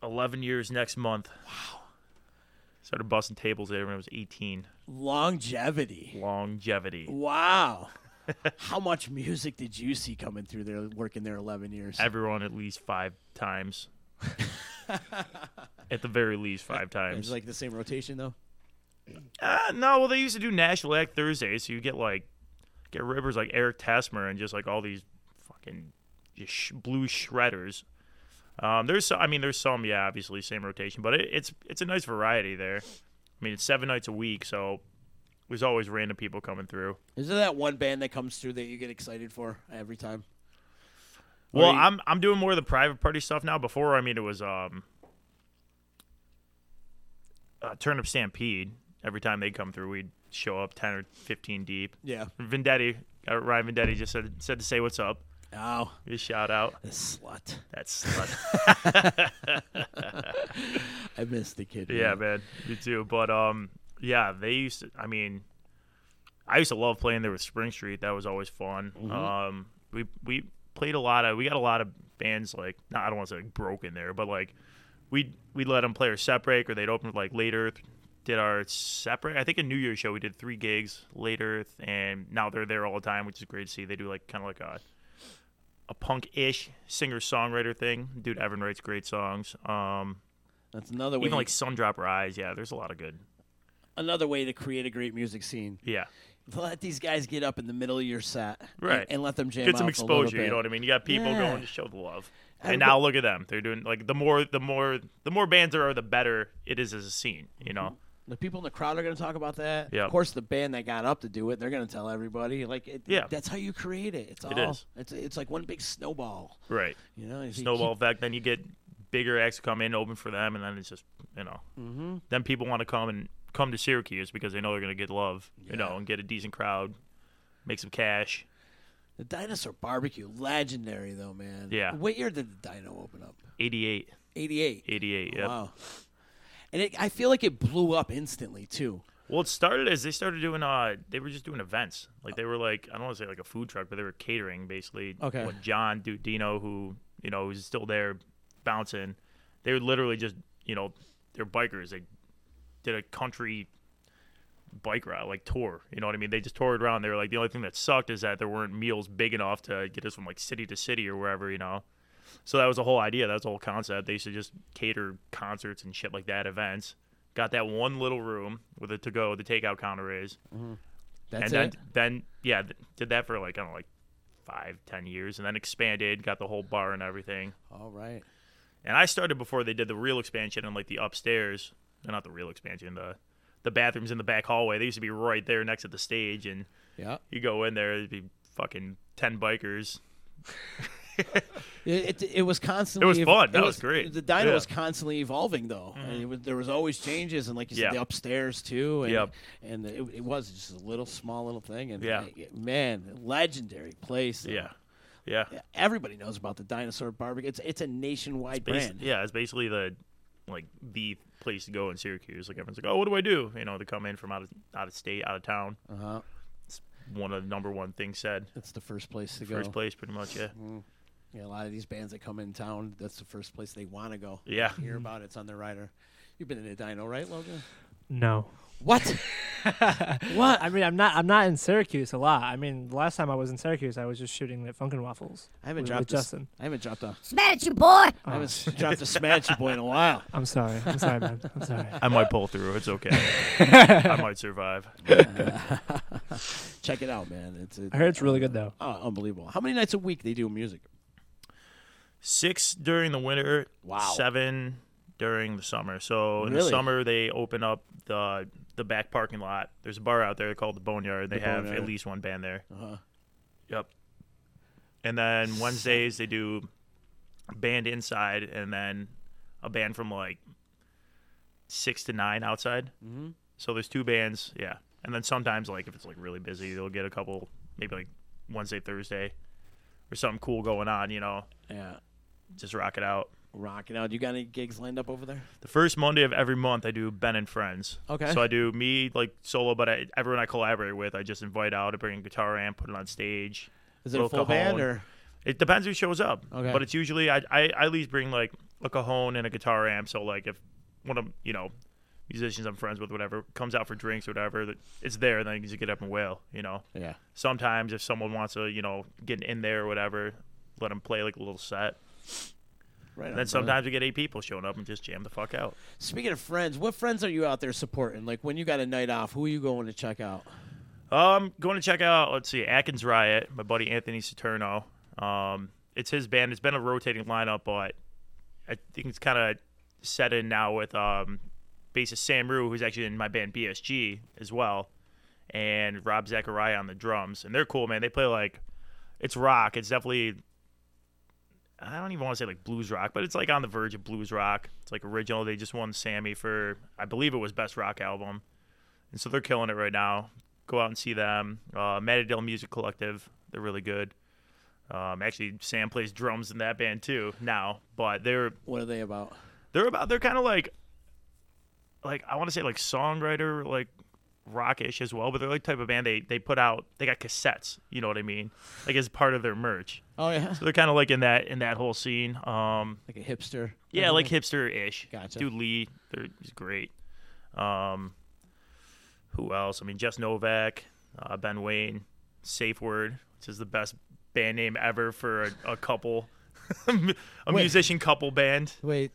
S8: 11 years next month. Wow. Started busting tables there when I was 18.
S3: Longevity.
S8: Longevity.
S3: Wow. how much music did you see coming through there working there 11 years?
S8: Everyone at least five times. at the very least, five
S3: It was
S8: times.
S3: like the same rotation though.
S8: Uh, no, well, they used to do National Act Thursday, so you get like get rippers like Eric Tasmer and just like all these fucking just sh- blue shredders. Um, there's some, I mean there's some yeah obviously same rotation, but it, it's it's a nice variety there. I mean it's seven nights a week, so there's always random people coming through.
S3: Is there that one band that comes through that you get excited for every time? Or
S8: Well,
S3: you-
S8: I'm I'm doing more of the private party stuff now. Before, I mean, it was um, uh, Turnip Stampede. Every time they come through, we'd show up ten or fifteen deep.
S3: Yeah.
S8: Vendetti, uh, Ryan Vendetti just said said to say what's up.
S3: Oh,
S8: Give a shout out.
S3: this slut.
S8: That's that's-
S3: I missed the kid.
S8: yeah, man. Me too. But um, yeah, they used to. I mean, I used to love playing there with Spring Street. That was always fun. Um, we we played a lot of. We got a lot of bands like. Not, I don't want to say like broken there, but like we we let them play our set break, or they'd open like late Earth. Did our set break? I think a New Year's show we did three gigs late Earth, and now they're there all the time, which is great to see. They do like kind of like a a punk ish singer songwriter thing. Dude, Evan writes great songs. Um,
S3: That's another way.
S8: even like Sundropper Eyes. Yeah, there's a lot of good.
S3: another way to create a great music scene.
S8: Yeah,
S3: Let these guys get up in the middle of your set, and-
S8: Right.
S3: and, let them jam
S8: get some
S3: out a little
S8: exposure. You
S3: bit.
S8: know what I mean? You got people
S3: Yeah.
S8: going to show the love.
S3: I
S8: And
S3: re-
S8: now look at them. They're doing like the more, the more, the more bands there are, the better it is as a scene. You know?
S3: The people in the crowd are going to talk about that.
S8: Yeah.
S3: Of course, the band that got up to do it, they're going to tell everybody. Like, it,
S8: Yeah.
S3: that's how you create it. It's all.
S8: is.
S3: It's it's like one big snowball.
S8: Right.
S3: You know, if you
S8: Snowball effect. Then you get bigger acts come in, open for them, and then it's just you know,
S3: Mm-hmm.
S8: then people want to come and come to Syracuse because they know they're gonna get love. You know, and get a decent crowd, make some cash.
S3: keep- the dinosaur barbecue, legendary though, man.
S8: Yeah.
S3: What year did the Dino open up?
S8: 88,
S3: Eighty-eight. Oh,
S8: 88. Yep.
S3: Wow. And it, I feel like it blew up instantly too.
S8: Well, it started as they started doing. Uh, they were just doing events. Like they were like I don't want to say like a food truck, but they were catering basically.
S3: Okay.
S8: What John Du- Dino, who you know who's still there, bouncing, they were literally just you know they're bikers. They did a country bike ride like tour. You know what I mean? They just toured around. They were like the only thing that sucked is that there weren't meals big enough to get us from like city to city or wherever. You know. So that was the whole idea. That was the whole concept. They used to just cater concerts and shit like that, events. Got that one little room with a to go, the takeout counter is.
S3: That's
S8: and
S3: it.
S8: then, then, yeah, th- did that for like, I don't know, like five, ten years and then expanded, got the whole bar and everything.
S3: All right.
S8: And I started before they did the real expansion and like the upstairs, no, not the real expansion, the the bathrooms in the back hallway. They used to be right there next to the stage. And
S3: Yeah.
S8: you go in there, it'd be fucking 10 bikers.
S3: It, it, it was constantly.
S8: It was
S3: ev-
S8: fun. That was great.
S3: The dino
S8: Yeah. Mm-hmm.
S3: was constantly evolving, though. And it was, there was always changes, and like you said,
S8: Yeah.
S3: the upstairs too. And,
S8: Yep.
S3: And it, it was just a little small little thing. And
S8: Yeah.
S3: uh, man, legendary place. though.
S8: Yeah. Yeah.
S3: Everybody knows about the dinosaur barbecue. It's it's a nationwide
S8: Basi-
S3: brand.
S8: yeah, it's basically the like the place to go in Syracuse. Like everyone's like, "Oh, what do I do?" You know, they come in from out of out of state, out of town.
S3: Uh-huh.
S8: One of the number one things said.
S3: That's the first place to
S8: First
S3: go. Mm.
S8: place, pretty much. Yeah,
S3: Yeah, a lot of these bands that come in town, that's the first place they want to go.
S8: yeah.
S3: Hear about it, it's on their rider. You've been in a dino, right, Logan?
S9: No.
S3: What? what?
S9: I mean, I'm not. I'm not in Syracuse a lot. I mean, the last time I was in Syracuse, I was just shooting at Funkin' Waffles.
S3: I haven't
S9: with,
S3: dropped
S9: with
S3: a s-
S9: Justin.
S3: I haven't dropped a.
S10: Smash you boy.
S3: I haven't dropped a smash boy in a while.
S9: Oh, I'm sorry. I'm sorry, man. I'm sorry.
S8: I might pull through. It's okay. I might survive.
S3: Check it out, man. It's a,
S9: I heard it's really good though.
S3: oh, unbelievable. How many nights a week they do music?
S8: Six during the winter.
S3: Wow.
S8: Seven during the summer. So in
S3: Really?
S8: the summer they open up the the back parking lot. There's a bar out there called the Boneyard. They have
S3: Boneyard.
S8: at least one band there.
S3: Uh-huh.
S8: Yep. And then Wednesdays they do band inside, and then a band from like six to nine outside. Mm-hmm. So there's two bands, yeah. And then sometimes, like if it's like really busy, they'll get a couple, maybe like Wednesday, Thursday, or something cool going on. You know,
S3: Yeah.
S8: just rock it out.
S3: Rocking out. You got any gigs lined up over there?
S8: The first Monday of every month, I do Ben and Friends.
S3: Okay.
S8: So I do me like solo, but I, everyone I collaborate with, I just invite out. I bring a guitar amp, put it on stage.
S3: Is it a
S8: Little
S3: full band
S8: cajon.
S3: or?
S8: It depends who shows up.
S3: Okay.
S8: But it's usually I, I, I at least bring like a cajon and a guitar amp. So like if one of you know musicians I'm friends with, whatever, comes out for drinks or whatever, that it's there. Then I can just get up and wail. You know.
S3: Yeah.
S8: Sometimes if someone wants to you know get in there or whatever, let them play like a little set.
S3: Right. on,
S8: And then
S3: brother.
S8: sometimes we get eight people showing up and just jam the fuck out.
S3: Speaking of friends, what friends are you out there supporting? Like when you got a night off, who are you going to check out?
S8: Um, going to check out. Let's see, Atkins Riot, my buddy Anthony Saturno. Um, it's his band. It's been a rotating lineup, but I think it's kind of set in now with um, bassist Sam Rue, who's actually in my band BSG as well, and Rob Zachariah on the drums. And they're cool, man. They play like it's rock. It's definitely I don't even want to say like blues rock, but it's like on the verge of blues rock. It's like original. They just won Sammy for I believe it was best rock album, and so they're killing it right now. Go out and see them. Uh, Matadale Music Collective, they're really good. Um, actually, Sam plays drums in that band too now, but they're
S3: What are they about?
S8: they're about they're kind of like like I want to say like songwriter like rockish as well, but they're like type of band they they put out they got cassettes, you know what I mean? Like as part of their merch.
S3: Oh yeah,
S8: So they're kind of like in that in that whole scene. Um,
S3: like a hipster.
S8: yeah, like hipster ish.
S3: Gotcha.
S8: Dude Lee, they're, he's great. Um, who else? I mean, Jess Novak, uh, Ben Wayne, Safe Word, which is the best band name ever for a, a couple, a musician couple band.
S3: Wait,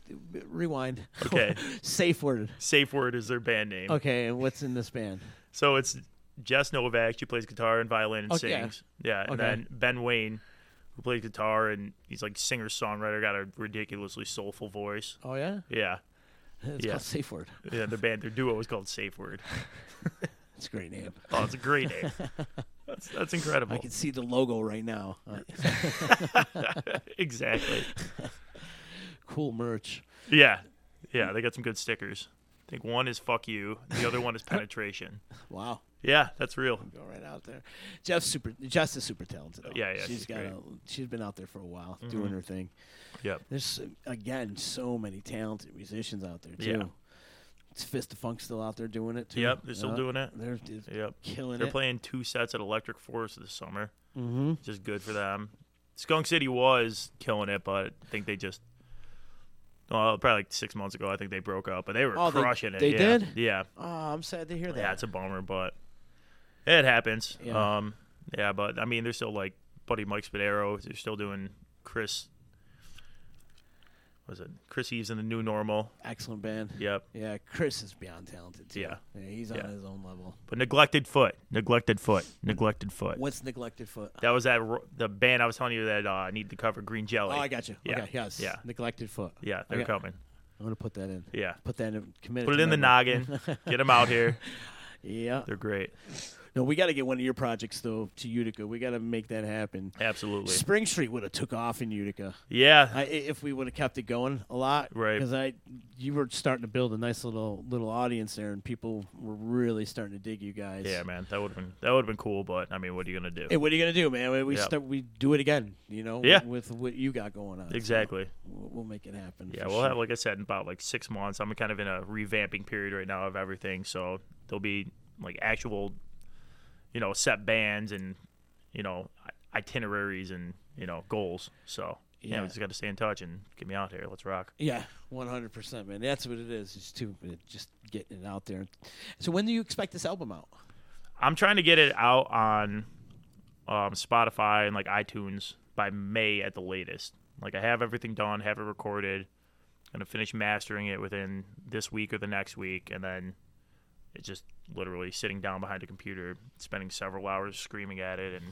S3: rewind.
S8: Okay.
S3: Safe word.
S8: Safe Word is their band name.
S3: Okay, and what's in this band?
S8: So it's Jess Novak. She plays guitar and violin and
S3: Oh, yeah.
S8: sings. Yeah. And
S3: Okay.
S8: then Ben Wayne, who plays guitar and he's like singer songwriter, got a ridiculously soulful voice.
S3: Oh yeah,
S8: Yeah.
S3: it's
S8: Yeah.
S3: called safe word.
S8: Yeah, their band, their duo is called Safe Word.
S3: It's a great name.
S8: Oh, it's a great name. That's that's
S3: I
S8: incredible.
S3: can see the logo right now. Uh,
S8: Exactly.
S3: cool merch.
S8: Yeah, yeah. They got some good stickers. I think one is "fuck you," the other one is "penetration."
S3: Wow.
S8: Yeah, that's real.
S3: Go right out there. Jeff's super. Jess is super talented. Though.
S8: Yeah, yeah,
S3: She's
S8: she's
S3: got.
S8: great. Mm-hmm.
S3: A, she's been out there for a while doing her thing.
S8: Yep.
S3: There's again so many talented musicians out there too.
S8: Yeah.
S3: It's Fist of Funk still out there doing it too.
S8: Yep, they're still
S3: Yeah,
S8: doing it.
S3: They're just
S8: Yep.
S3: killing
S8: They're
S3: it.
S8: playing two sets at Electric Forest this summer. Mm-hmm. Just good for them. Skunk City was killing it, but I think they just. Well, probably like six months ago, I think they broke up, but they were
S3: Oh, they-
S8: crushing it.
S3: they
S8: yeah.
S3: did?
S8: Yeah.
S3: oh, I'm sad to hear that.
S8: Yeah, it's a bummer, but it happens.
S3: Yeah.
S8: Um, yeah, but I mean, they're still like Buddy Mike Spadero. They're still doing Chris. Was it Chris Eves in the new normal?
S3: Excellent band.
S8: Yep.
S3: Yeah, Chris is beyond talented too.
S8: Yeah.
S3: he's on
S8: Yeah.
S3: his own level.
S8: But neglected foot, neglected foot, neglected foot.
S3: What's neglected foot?
S8: That was that ro- the band I was telling you that uh, I need to cover Green
S3: Oh,
S8: Jelly.
S3: I got you.
S8: Yeah.
S3: Okay, yes.
S8: Yeah.
S3: Neglected foot.
S8: Yeah, they're
S3: Okay.
S8: coming.
S3: I'm gonna put that in.
S8: Yeah.
S3: Put that in. Commit.
S8: Put it
S3: to
S8: in the
S3: memory.
S8: noggin. Get them out here.
S3: Yeah.
S8: They're great.
S3: No, we got to get one of your projects though to Utica. We got to make that happen.
S8: Absolutely.
S3: Spring Street would have took off in Utica.
S8: Yeah.
S3: I, i- if we would have kept it going a lot,
S8: Right.
S3: Because I, you were starting to build a nice little little audience there, and people were really starting to dig you guys.
S8: yeah, man. That would have been that would have been cool, but I mean, what are you gonna do?
S3: Hey, what are you gonna do, man? We, we
S8: Yeah.
S3: start, we do it again, you know.
S8: Yeah.
S3: With, what you got going on,
S8: exactly.
S3: we'll, we'll make it happen.
S8: Yeah,
S3: for
S8: we'll
S3: sure.
S8: have like I said in about like six months. I'm kind of in a revamping period right now of everything, so there'll be like actual, you know, set bands and you know itineraries and you know goals. So yeah,
S3: Yeah.
S8: we just got to stay in touch and get me out here. Let's rock.
S3: Yeah, one hundred percent, man. That's what it is. It's too it- just getting it out there. So when do you expect this album out?
S8: I'm trying to get it out on um, Spotify and like iTunes by May at the latest. Like I have everything done, have it recorded, gonna finish mastering it within this week or the next week, and then it's just literally sitting down behind a computer, spending several hours screaming at it and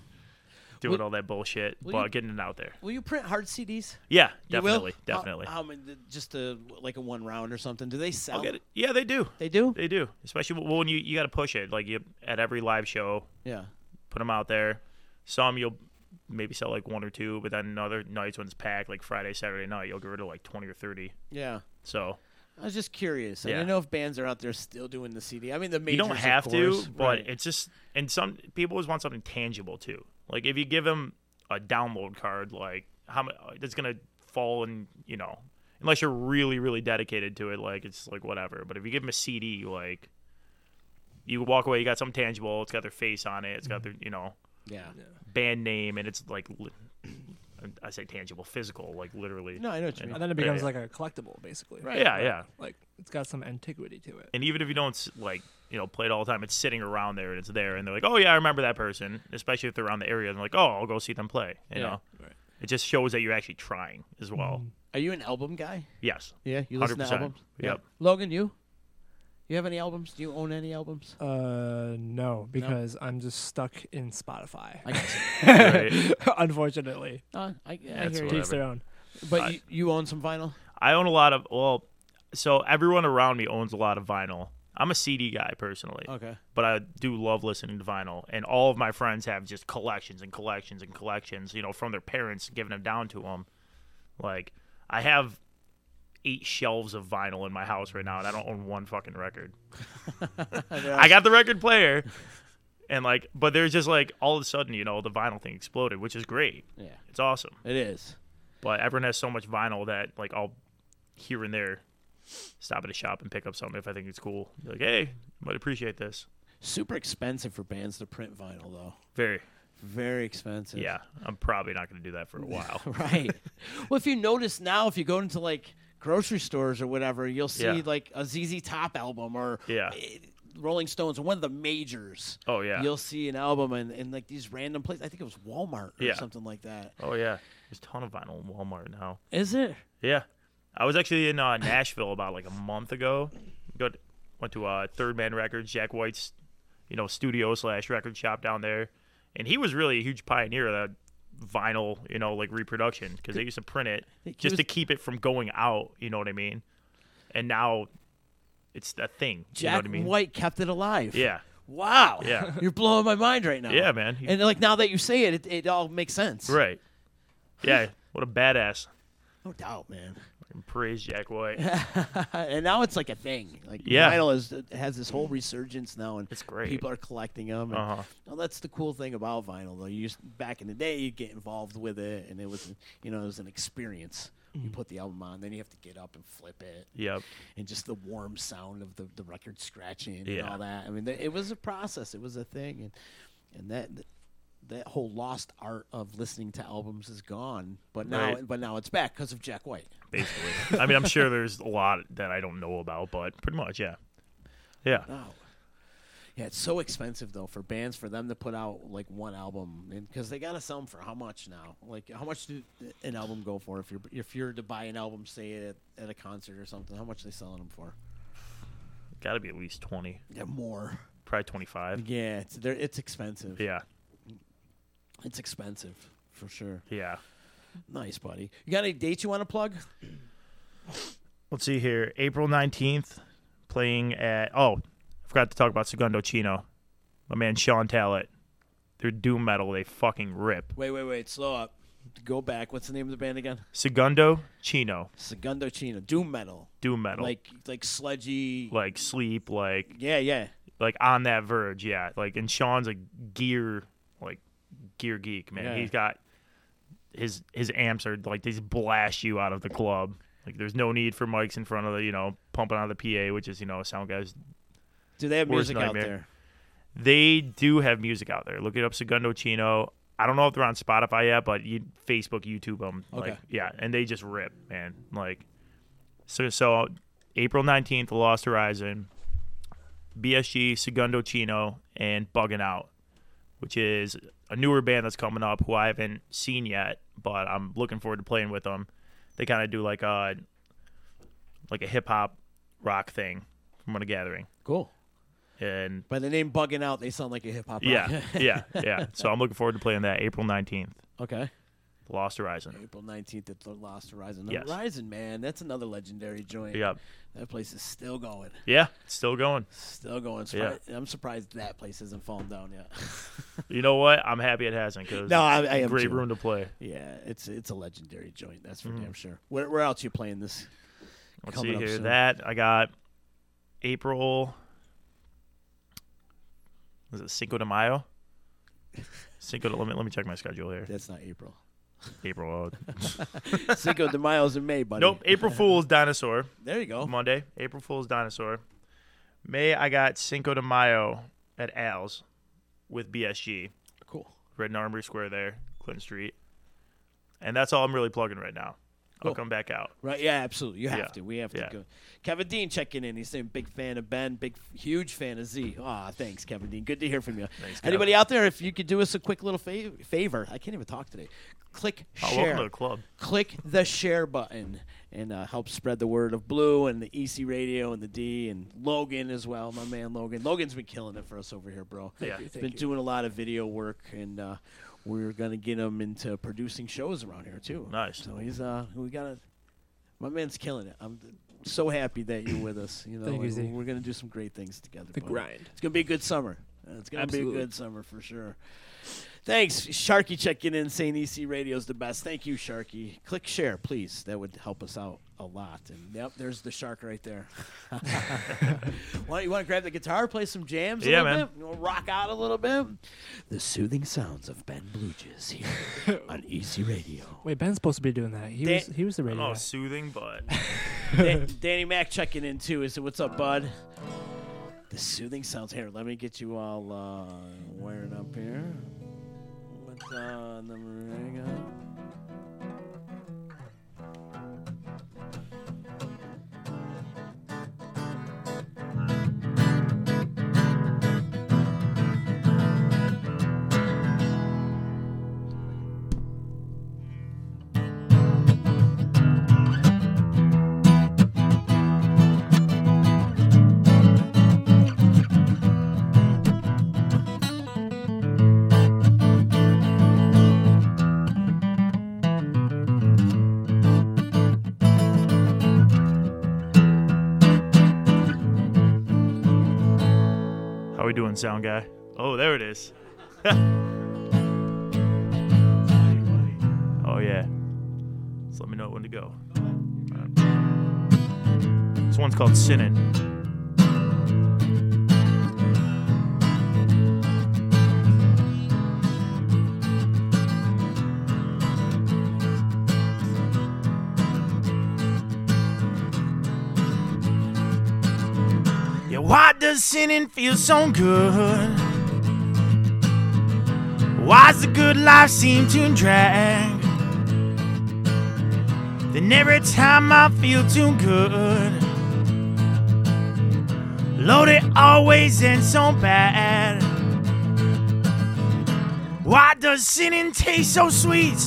S8: doing
S3: Will-
S8: all that bullshit,
S3: will
S8: but
S3: you-
S8: getting it out there.
S3: Will you print hard CDs?
S8: Yeah,
S3: You will?
S8: definitely,
S3: How-
S8: definitely.
S3: How, many? Just a like a one round or something? Do they sell?
S8: I'll get it. Yeah, they do.
S3: They do.
S8: They do, especially w- when you you got to push it. Like you at every live show,
S3: yeah.
S8: put them out there. Some you'll maybe sell like one or two, but then other nights when it's packed, like Friday, Saturday night, you'll get rid of like twenty or thirty.
S3: Yeah.
S8: So
S3: I was just curious. I
S8: Yeah.
S3: didn't know if bands are out there still doing the CD. I mean, the majors.
S8: you don't
S3: of
S8: have
S3: course,
S8: to, but
S3: right.
S8: it's just and some people always want something tangible too. Like if you give them a download card, like how much that's gonna fall in, you know, unless you're really really dedicated to it, like it's like whatever. But if you give them a CD, like you walk away, you got something tangible. It's got their face on it. It's got
S3: Mm-hmm.
S8: their you know
S3: yeah.
S8: band name, and it's like li- I say tangible, physical, like literally.
S3: No, I know what you mean.
S9: And then it
S8: Yeah,
S9: becomes
S8: yeah.
S9: like a collectible, basically.
S3: Right.
S8: yeah, yeah.
S9: Like it's got some antiquity to it.
S8: and even if you don't s- like you know play it all the time it's sitting around there and it's there and they're like oh yeah i remember that person especially if they're around the area and like oh i'll go see them play you
S3: Yeah.
S8: know it just shows that you're actually trying as well
S3: Are you an album guy?
S8: yes
S3: Mm-hmm. Yeah, you listen
S8: 100%
S3: to albums.
S8: yep
S3: Logan, you? You have any albums? Do you own any albums?
S9: Uh, no, because I'm just stuck in Spotify.
S3: I guess.
S8: right.
S9: Unfortunately,
S3: uh, I, I
S8: it's
S3: hear
S8: what
S3: you.
S9: teach their own.
S3: But you, you own some vinyl.
S8: i own a lot of well so everyone around me owns a lot of vinyl i'm a cd guy personally
S3: Okay.
S8: but I do love listening to vinyl. And all of my friends have just collections and collections and collections, you know, from their parents giving them down to them. Like, I have eight shelves of vinyl in my house right now, and I don't own one fucking record. I got the record player. And like, but there's just like all of a sudden, you know, the vinyl thing exploded, which is great.
S3: Yeah,
S8: It's awesome.
S3: it is.
S8: But everyone has so much vinyl that like I'll here and there stop at a shop and pick up something if I think it's cool. Be like, hey, I might appreciate this.
S3: Super expensive for bands to print vinyl, though.
S8: Very.
S3: Very expensive.
S8: Yeah, I'm probably not going to do that for a while.
S3: Right. well, if you notice now, if you go into like grocery stores or whatever, you'll see
S8: Yeah.
S3: like a ZZ Top album or
S8: Yeah.
S3: eh, Rolling Stones, one of the majors.
S8: Oh, yeah.
S3: You'll see an album and, and like these random places. I think it was Walmart or
S8: Yeah.
S3: something like that.
S8: oh yeah, there's a ton of vinyl in Walmart now.
S3: Is it?
S8: Yeah, I was actually in uh, Nashville about like a month ago. Go went to uh, Third Man Records, Jack White's, you know, studio slash record shop down there, and he was really a huge pioneer of that vinyl, you know, like reproduction because they used to print it
S3: He
S8: just
S3: was-
S8: to keep it from going out. You know what I mean? And now it's a thing. you know
S3: Jack
S8: what I mean?
S3: White kept it alive.
S8: Yeah,
S3: Wow.
S8: Yeah.
S3: You're blowing my mind right now.
S8: Yeah, man. He-
S3: And like now that you say it, it, it all makes sense.
S8: right. Yeah, what a badass.
S3: No doubt, man.
S8: Praise Jack White.
S3: Uh, and now it's like a thing. Like
S8: Yeah.
S3: vinyl is, has this whole resurgence now, and
S8: It's great.
S3: People are collecting them.
S8: Uh-huh.
S3: that's the cool thing about vinyl, though. You just, back in the day, you get involved with it, and it was you know it was an experience.
S8: Mm-hmm.
S3: You put the album on, then you have to get up and flip it,
S8: Yep.
S3: and just the warm sound of the, the record scratching and
S8: Yeah.
S3: all that. I mean, th- it was a process. It was a thing, and and that. that whole lost art of listening to albums is gone, but now
S8: Right.
S3: but now it's back because of Jack White.
S8: basically. I mean, I'm sure there's a lot that I don't know about, but pretty much, yeah. Yeah.
S3: Wow. Yeah, it's so expensive though for bands for them to put out like one album because they gotta sell them for how much now? Like how much did an album go for if you're if you're to buy an album say at, at a concert or something? How much are they selling them for?
S8: Got to be at least 20,
S3: Yeah, more.
S8: probably 25.
S3: Yeah, it's they're, it's expensive.
S8: Yeah.
S3: It's expensive for sure.
S8: Yeah.
S3: Nice, buddy. You got any dates you want to plug?
S8: Let's see here. April 19th, playing at. Oh, I forgot to talk about Segundo Chino. My man Sean Talent. They're doom metal. They fucking rip.
S3: Wait, wait, wait. Slow up. Go back. What's the name of the band again?
S8: Segundo Chino.
S3: Segundo Chino. Doom metal.
S8: Doom metal. Like,
S3: Like like sludgy.
S8: like sleep, like
S3: yeah, yeah.
S8: like on that verge, yeah. Like and Sean's a gear like gear geek, man.
S3: Yeah.
S8: He's got his his amps are like they just blast you out of the club. Like there's no need for mics in front of the you know pumping out of the PA, which is you know sound guys.
S3: Do they have
S8: Worst
S3: music out
S8: nightmare.
S3: there?
S8: They do have music out there. Look it up, Segundo Chino. I don't know if they're on Spotify yet, but you Facebook, YouTube them.
S3: Okay.
S8: Like, yeah, and they just rip, man. Like so so April nineteenth, The Lost Horizon, BSG, Segundo Chino, and Bugging Out, which is a newer band that's coming up who I haven't seen yet, but I'm looking forward to playing with them. They kind of do like a like a hip hop rock thing from What a Gathering,
S3: Cool.
S8: and
S3: By the name bugging out, they sound like a hip hop.
S8: yeah, yeah, yeah. So I'm looking forward to playing that April 19th,
S3: okay.
S8: Lost Horizon.
S3: April nineteenth at the Lost Horizon. The
S8: Yes.
S3: Horizon, man, that's another legendary joint.
S8: Yep.
S3: That place is still going,
S8: Yeah, it's still going.
S3: still going.
S8: Yeah.
S3: Surpri- I'm surprised that place hasn't fallen down yet.
S8: You know what? I'm happy it hasn't because
S3: No, I- I am too.
S8: great room to play. Mm-hmm.
S3: yeah, it's it's a legendary joint. That's for damn sure. Where, where else you playing this?
S8: Let's
S3: coming
S8: see
S3: up
S8: here.
S3: soon.
S8: That I got April. Was it Cinco de Mayo? Cinco de. Let me, let me check my schedule here.
S3: That's not April.
S8: April. oh.
S3: Cinco de Mayo's in May, buddy.
S8: nope. April Fool's Dinosaur.
S3: There you go.
S8: Monday. April Fool's Dinosaur. May I got Cinco de Mayo at Al's with BSG.
S3: Cool.
S8: Red and Armory Square there, Clinton Street. And that's all I'm really plugging right now. I'll come back out.
S3: Right? Yeah, absolutely. You have
S8: Yeah.
S3: to. We have
S8: Yeah.
S3: to go. Kevin Dean checking in. He's saying big fan of Ben, big huge fan of Z. Ah, thanks, Kevin Dean. Good to hear from you. Anybody out there, if you could do us a quick little fa- favor, I can't even talk today. Click
S8: Oh,
S3: share.
S8: welcome to the club.
S3: Click the share button and uh, help spread the word of Blue and the EC Radio and the D and Logan as well. My man Logan. Logan's been killing it for us over here, bro.
S8: Thank Yeah. you,
S3: he's been doing a lot of video work and. Uh, we're gonna get him into producing shows around here too.
S8: Nice.
S3: So he's uh, we gotta my man's killing it. I'm so happy that you're with us. You know,
S9: Thank you,
S3: and
S9: Z.
S3: we're gonna do some great things together.
S10: The
S3: buddy.
S10: grind.
S3: It's gonna be a good summer. Uh, It's gonna be
S10: Absolutely.
S3: a good summer for sure. Thanks, Sharky, checking in. Saying EC Radio's the best. Thank you, Sharky. Click share, please. That would help us out a lot. And yep, there's the shark right there. Why don't you want to grab the guitar, play some jams? A
S8: Yeah,
S3: little
S8: man.
S3: Bit? You want to rock out a little bit? The soothing sounds of Ben Bluges here on EC Radio.
S9: Wait, Ben's supposed to be doing that. He
S3: Dan-
S9: was he was the radio.
S8: Oh,
S9: guy.
S8: soothing, but
S3: Dan- Danny Mac checking in too. Is it what's up, bud? The soothing sounds here. Let me get you all uh, wired up here. What's uh, number there you go.
S8: how we doing, sound guy? Oh, there it is. oh yeah. Just let me know when to go. Alright. This one's called Sinning. Yeah, why does sinning feel so good? Why's the good life seem to drag? Then every time I feel too good, Lord, it always ends so bad. Why does sinning taste so sweet?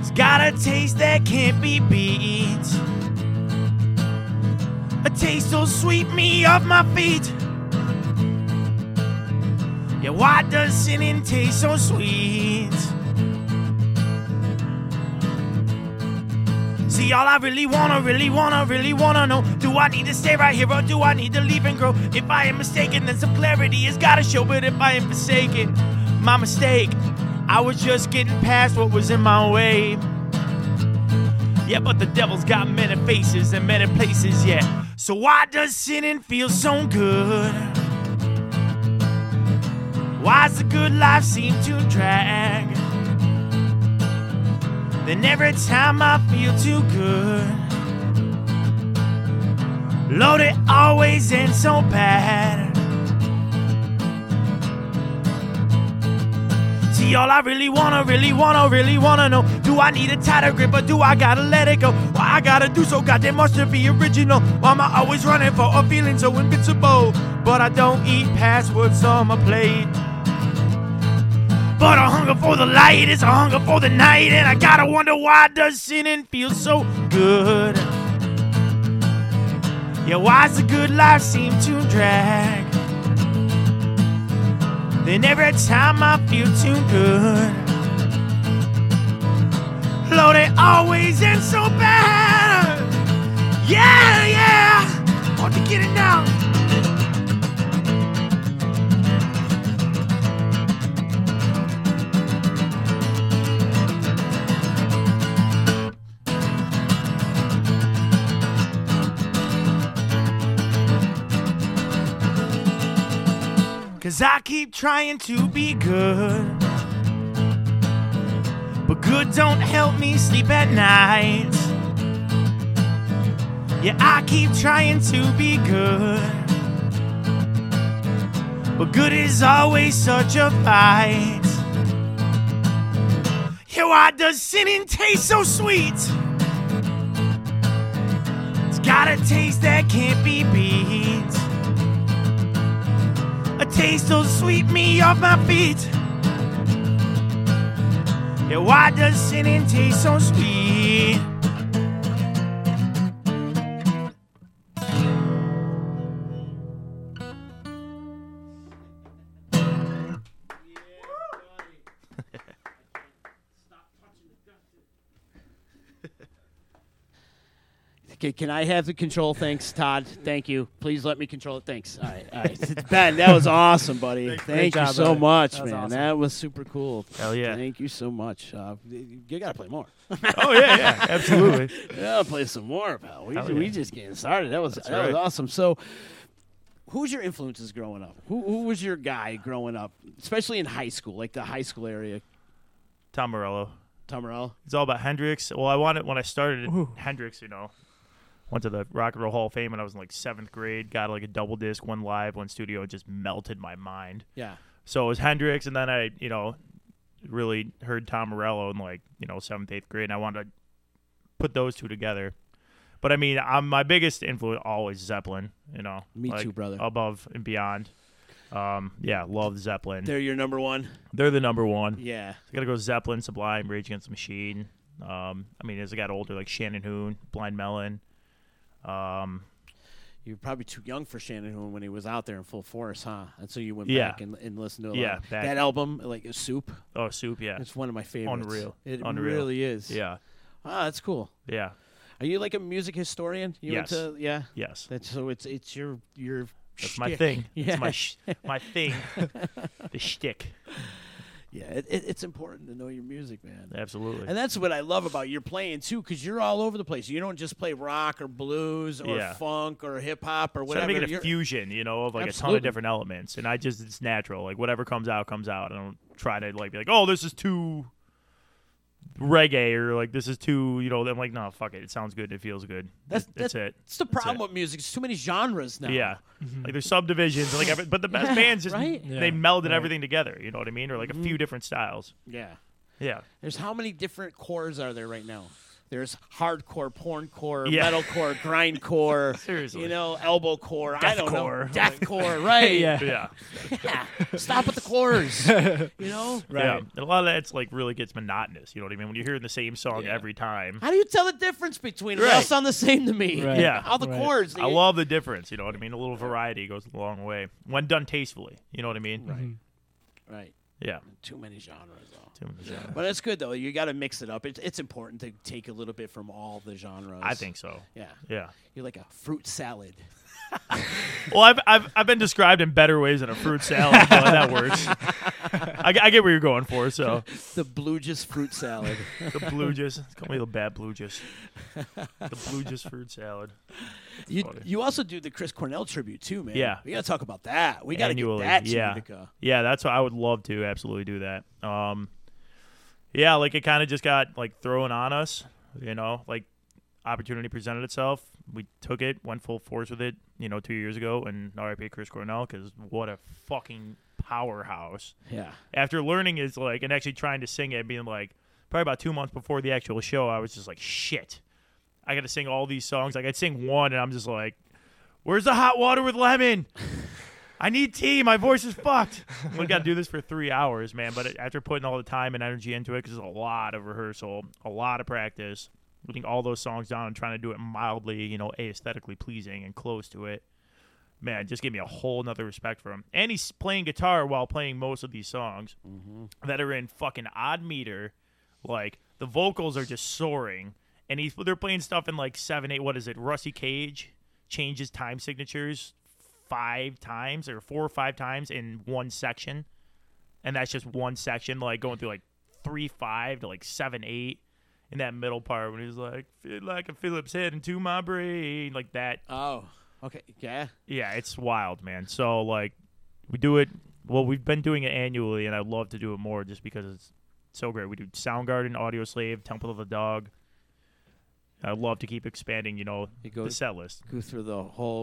S8: It's got a taste that can't be beat. A taste so sweet me off my feet. Yeah, why does sinning taste so sweet? See, all I really wanna, really wanna, really wanna know do I need to stay right here or do I need to leave and grow? If I am mistaken, then some clarity has gotta show. But if I am forsaken, my mistake, I was just getting past what was in my way. Yeah, but the devil's got many faces and many places, yeah. So why does sinning feel so good? Why's the good life seem to drag? Then every time I feel too good, Lord, it always ends so bad. See, all I really wanna, really wanna, really wanna know Do I need a tighter grip or do I gotta let it go? Why I gotta do so goddamn much to be original? Why am I always running for a feeling so invincible? But I don't eat past what's on my plate But a hunger for the light is a hunger for the night And I gotta wonder why does sinning feel so good? Yeah, why's the good life seem to drag? Then every time I feel too good, Lord, it always ends so bad. Yeah, yeah, hard to get it now.
S10: Cause I keep trying to be good. But good don't help me sleep at night. Yeah, I keep trying to be good. But good is always such a fight. Yeah, why does sinning taste so sweet? It's got a taste that can't be beat. A taste so sweet me off my feet. Yeah, why does sinning taste so sweet?
S3: Okay, can I have the control? Thanks, Todd. Thank you. Please let me control it. Thanks. All right, all right. ben, that was awesome, buddy. Thank you
S9: job,
S3: so
S9: buddy.
S3: much,
S9: That was
S3: man.
S9: awesome.
S3: That was super cool.
S8: Hell yeah.
S3: Thank you so much. Uh, you gotta play more.
S8: Oh yeah, yeah, absolutely.
S3: yeah, play some more, pal. We,
S8: Hell
S3: we
S8: yeah.
S3: just getting started. That was that was
S8: right.
S3: awesome. So, who's your influences growing up? Who, who was your guy growing up, especially in high school, like the high school area?
S8: Tom Morello.
S3: Tom Morello.
S8: It's all about Hendrix. Well, I wanted when I started Hendrix, you know, went to the Rock and Roll Hall of Fame when I was in like seventh grade. Got like a double disc, one live, one studio. It just melted my mind.
S3: Yeah.
S8: So it was Hendrix, and then I, you know, really heard Tom Morello in like you know seventh, eighth grade, and I wanted to put those two together. But I mean, I'm, my biggest influence always Zeppelin. You know,
S3: Me
S8: like,
S3: too, brother.
S8: Above and beyond. Um, yeah, love Zeppelin. They're,
S3: They're your number one.
S8: the number one.
S3: Yeah.
S8: I gotta go Zeppelin, Sublime, Rage Against the Machine. Um, I mean, as I got older, like Shannon Hoon, Blind Melon. Um,
S3: You're probably too young for Shannon Hoon when he was out there in full force, huh? And so you went
S8: Yeah.
S3: back and, and listened to a lot.
S8: Yeah,
S3: of-
S8: back.
S3: that album, like Soup,
S8: oh, Soup, yeah,
S3: it's one of my favorites.
S8: unreal,
S3: It
S8: Unreal.
S3: really is.
S8: yeah,
S3: Ah, that's cool.
S8: yeah,
S3: Are you like a music historian? You
S8: Yes.
S3: Into, yeah.
S8: yes.
S3: That's so it's it's your your.
S8: That's my
S3: shtick.
S8: thing. It's
S3: Yeah.
S8: my sh- my thing. the shtick.
S3: Yeah, it, it, it's important to know your music, man.
S8: Absolutely.
S3: And that's what I love about your playing too, because you're all over the place. You don't just play rock or blues or
S8: Yeah.
S3: funk or hip hop or
S8: Try to
S3: whatever.
S8: make it a
S3: You're-
S8: fusion, you know, of like a ton
S3: Absolutely.
S8: of different elements. And I just it's natural. Like whatever comes out comes out. I don't try to like be like, oh, this is too reggae or like this is too, you know. I'm like, no, fuck it. It sounds good. It feels good.
S3: that's,
S8: That- that's, it.
S3: That's the problem with music. There's too many genres now.
S8: Yeah, like there's subdivisions, and like every, but the best bands just
S3: right? Mm-hmm.
S8: they melded everything together. You know what I mean? Or like a few different styles.
S3: Yeah.
S8: Yeah,
S3: There's how many different cores are there right now? There's hardcore, porncore,
S8: Yeah.
S3: metalcore, grindcore,
S8: Seriously.
S3: you know, elbow core, I don't know,
S8: Deathcore.
S3: deathcore, right?
S9: Yeah.
S8: yeah,
S3: Yeah. Stop with the cores, you know.
S8: yeah. And a lot of that's like really gets monotonous. You know what I mean? When you're hearing the same song every time.
S3: How do you tell the difference between them? They all
S8: Right.
S3: sound the same to me.
S9: Right.
S8: Yeah.
S3: All the
S9: Right.
S3: chords.
S8: I love the difference. You know what I mean? A little variety goes a long way when done tastefully. You know what I mean? Right.
S3: Right.
S8: Yeah.
S3: Too many genres, though.
S8: Too many genres.
S3: But that's good, though. You got to mix it up. It's, it's important to take a little bit from all the genres.
S8: I think so.
S3: Yeah.
S8: Yeah.
S3: You're like a fruit salad.
S8: Well, I've, I've I've been described in better ways than a fruit salad, but that works. I, get- I get what you're going for. So
S3: The bluegist fruit salad.
S8: the blue juice. Call me the bad blue juice. The blue juice fruit salad.
S3: you,
S8: funny.
S3: you also do the Chris Cornell tribute, too, man.
S8: Yeah.
S3: We got to talk about that. We got to get
S8: annually.
S3: that to
S8: yeah,
S3: Utica.
S8: yeah, that's what I would love to absolutely do that. Um, yeah, like it kind of just got like thrown on us, you know, like opportunity presented itself. We took it, went full force with it, you know, two years ago, and RIP Chris Cornell because what a fucking powerhouse.
S3: Yeah.
S8: After learning is like and actually trying to sing it, and being like probably about two months before the actual show, I was just like shit. I got to sing all these songs. Like I'd sing one, and I'm just like, "Where's the hot water with lemon? I need tea. My voice is fucked." we got to do this for three hours, man. But after putting all the time and energy into it, because it's a lot of rehearsal, a lot of practice, putting all those songs down and trying to do it mildly, you know, aesthetically pleasing and close to it, man, just gave me a whole nother respect for him. And he's playing guitar while playing most of these songs that are in fucking odd meter. Like the vocals are just soaring, and he's they're playing stuff in like seven, eight. What is it? Rusty Cage changes time signatures five times or four or five times in one section, and that's just one section. Like going through like three five to like seven eight. In that middle part, when he's like, "Feel like a Phillips head into my brain," like that
S3: Oh. Okay. Yeah.
S8: yeah, it's wild, man. So like, we do it well, we've been doing it annually, and I'd love to do it more just because it's so great. We do Soundgarden, Audio Slave, Temple of the Dog. I'd love to keep expanding, you know,
S3: It
S8: the
S3: goes-
S8: set list.
S3: Go through the whole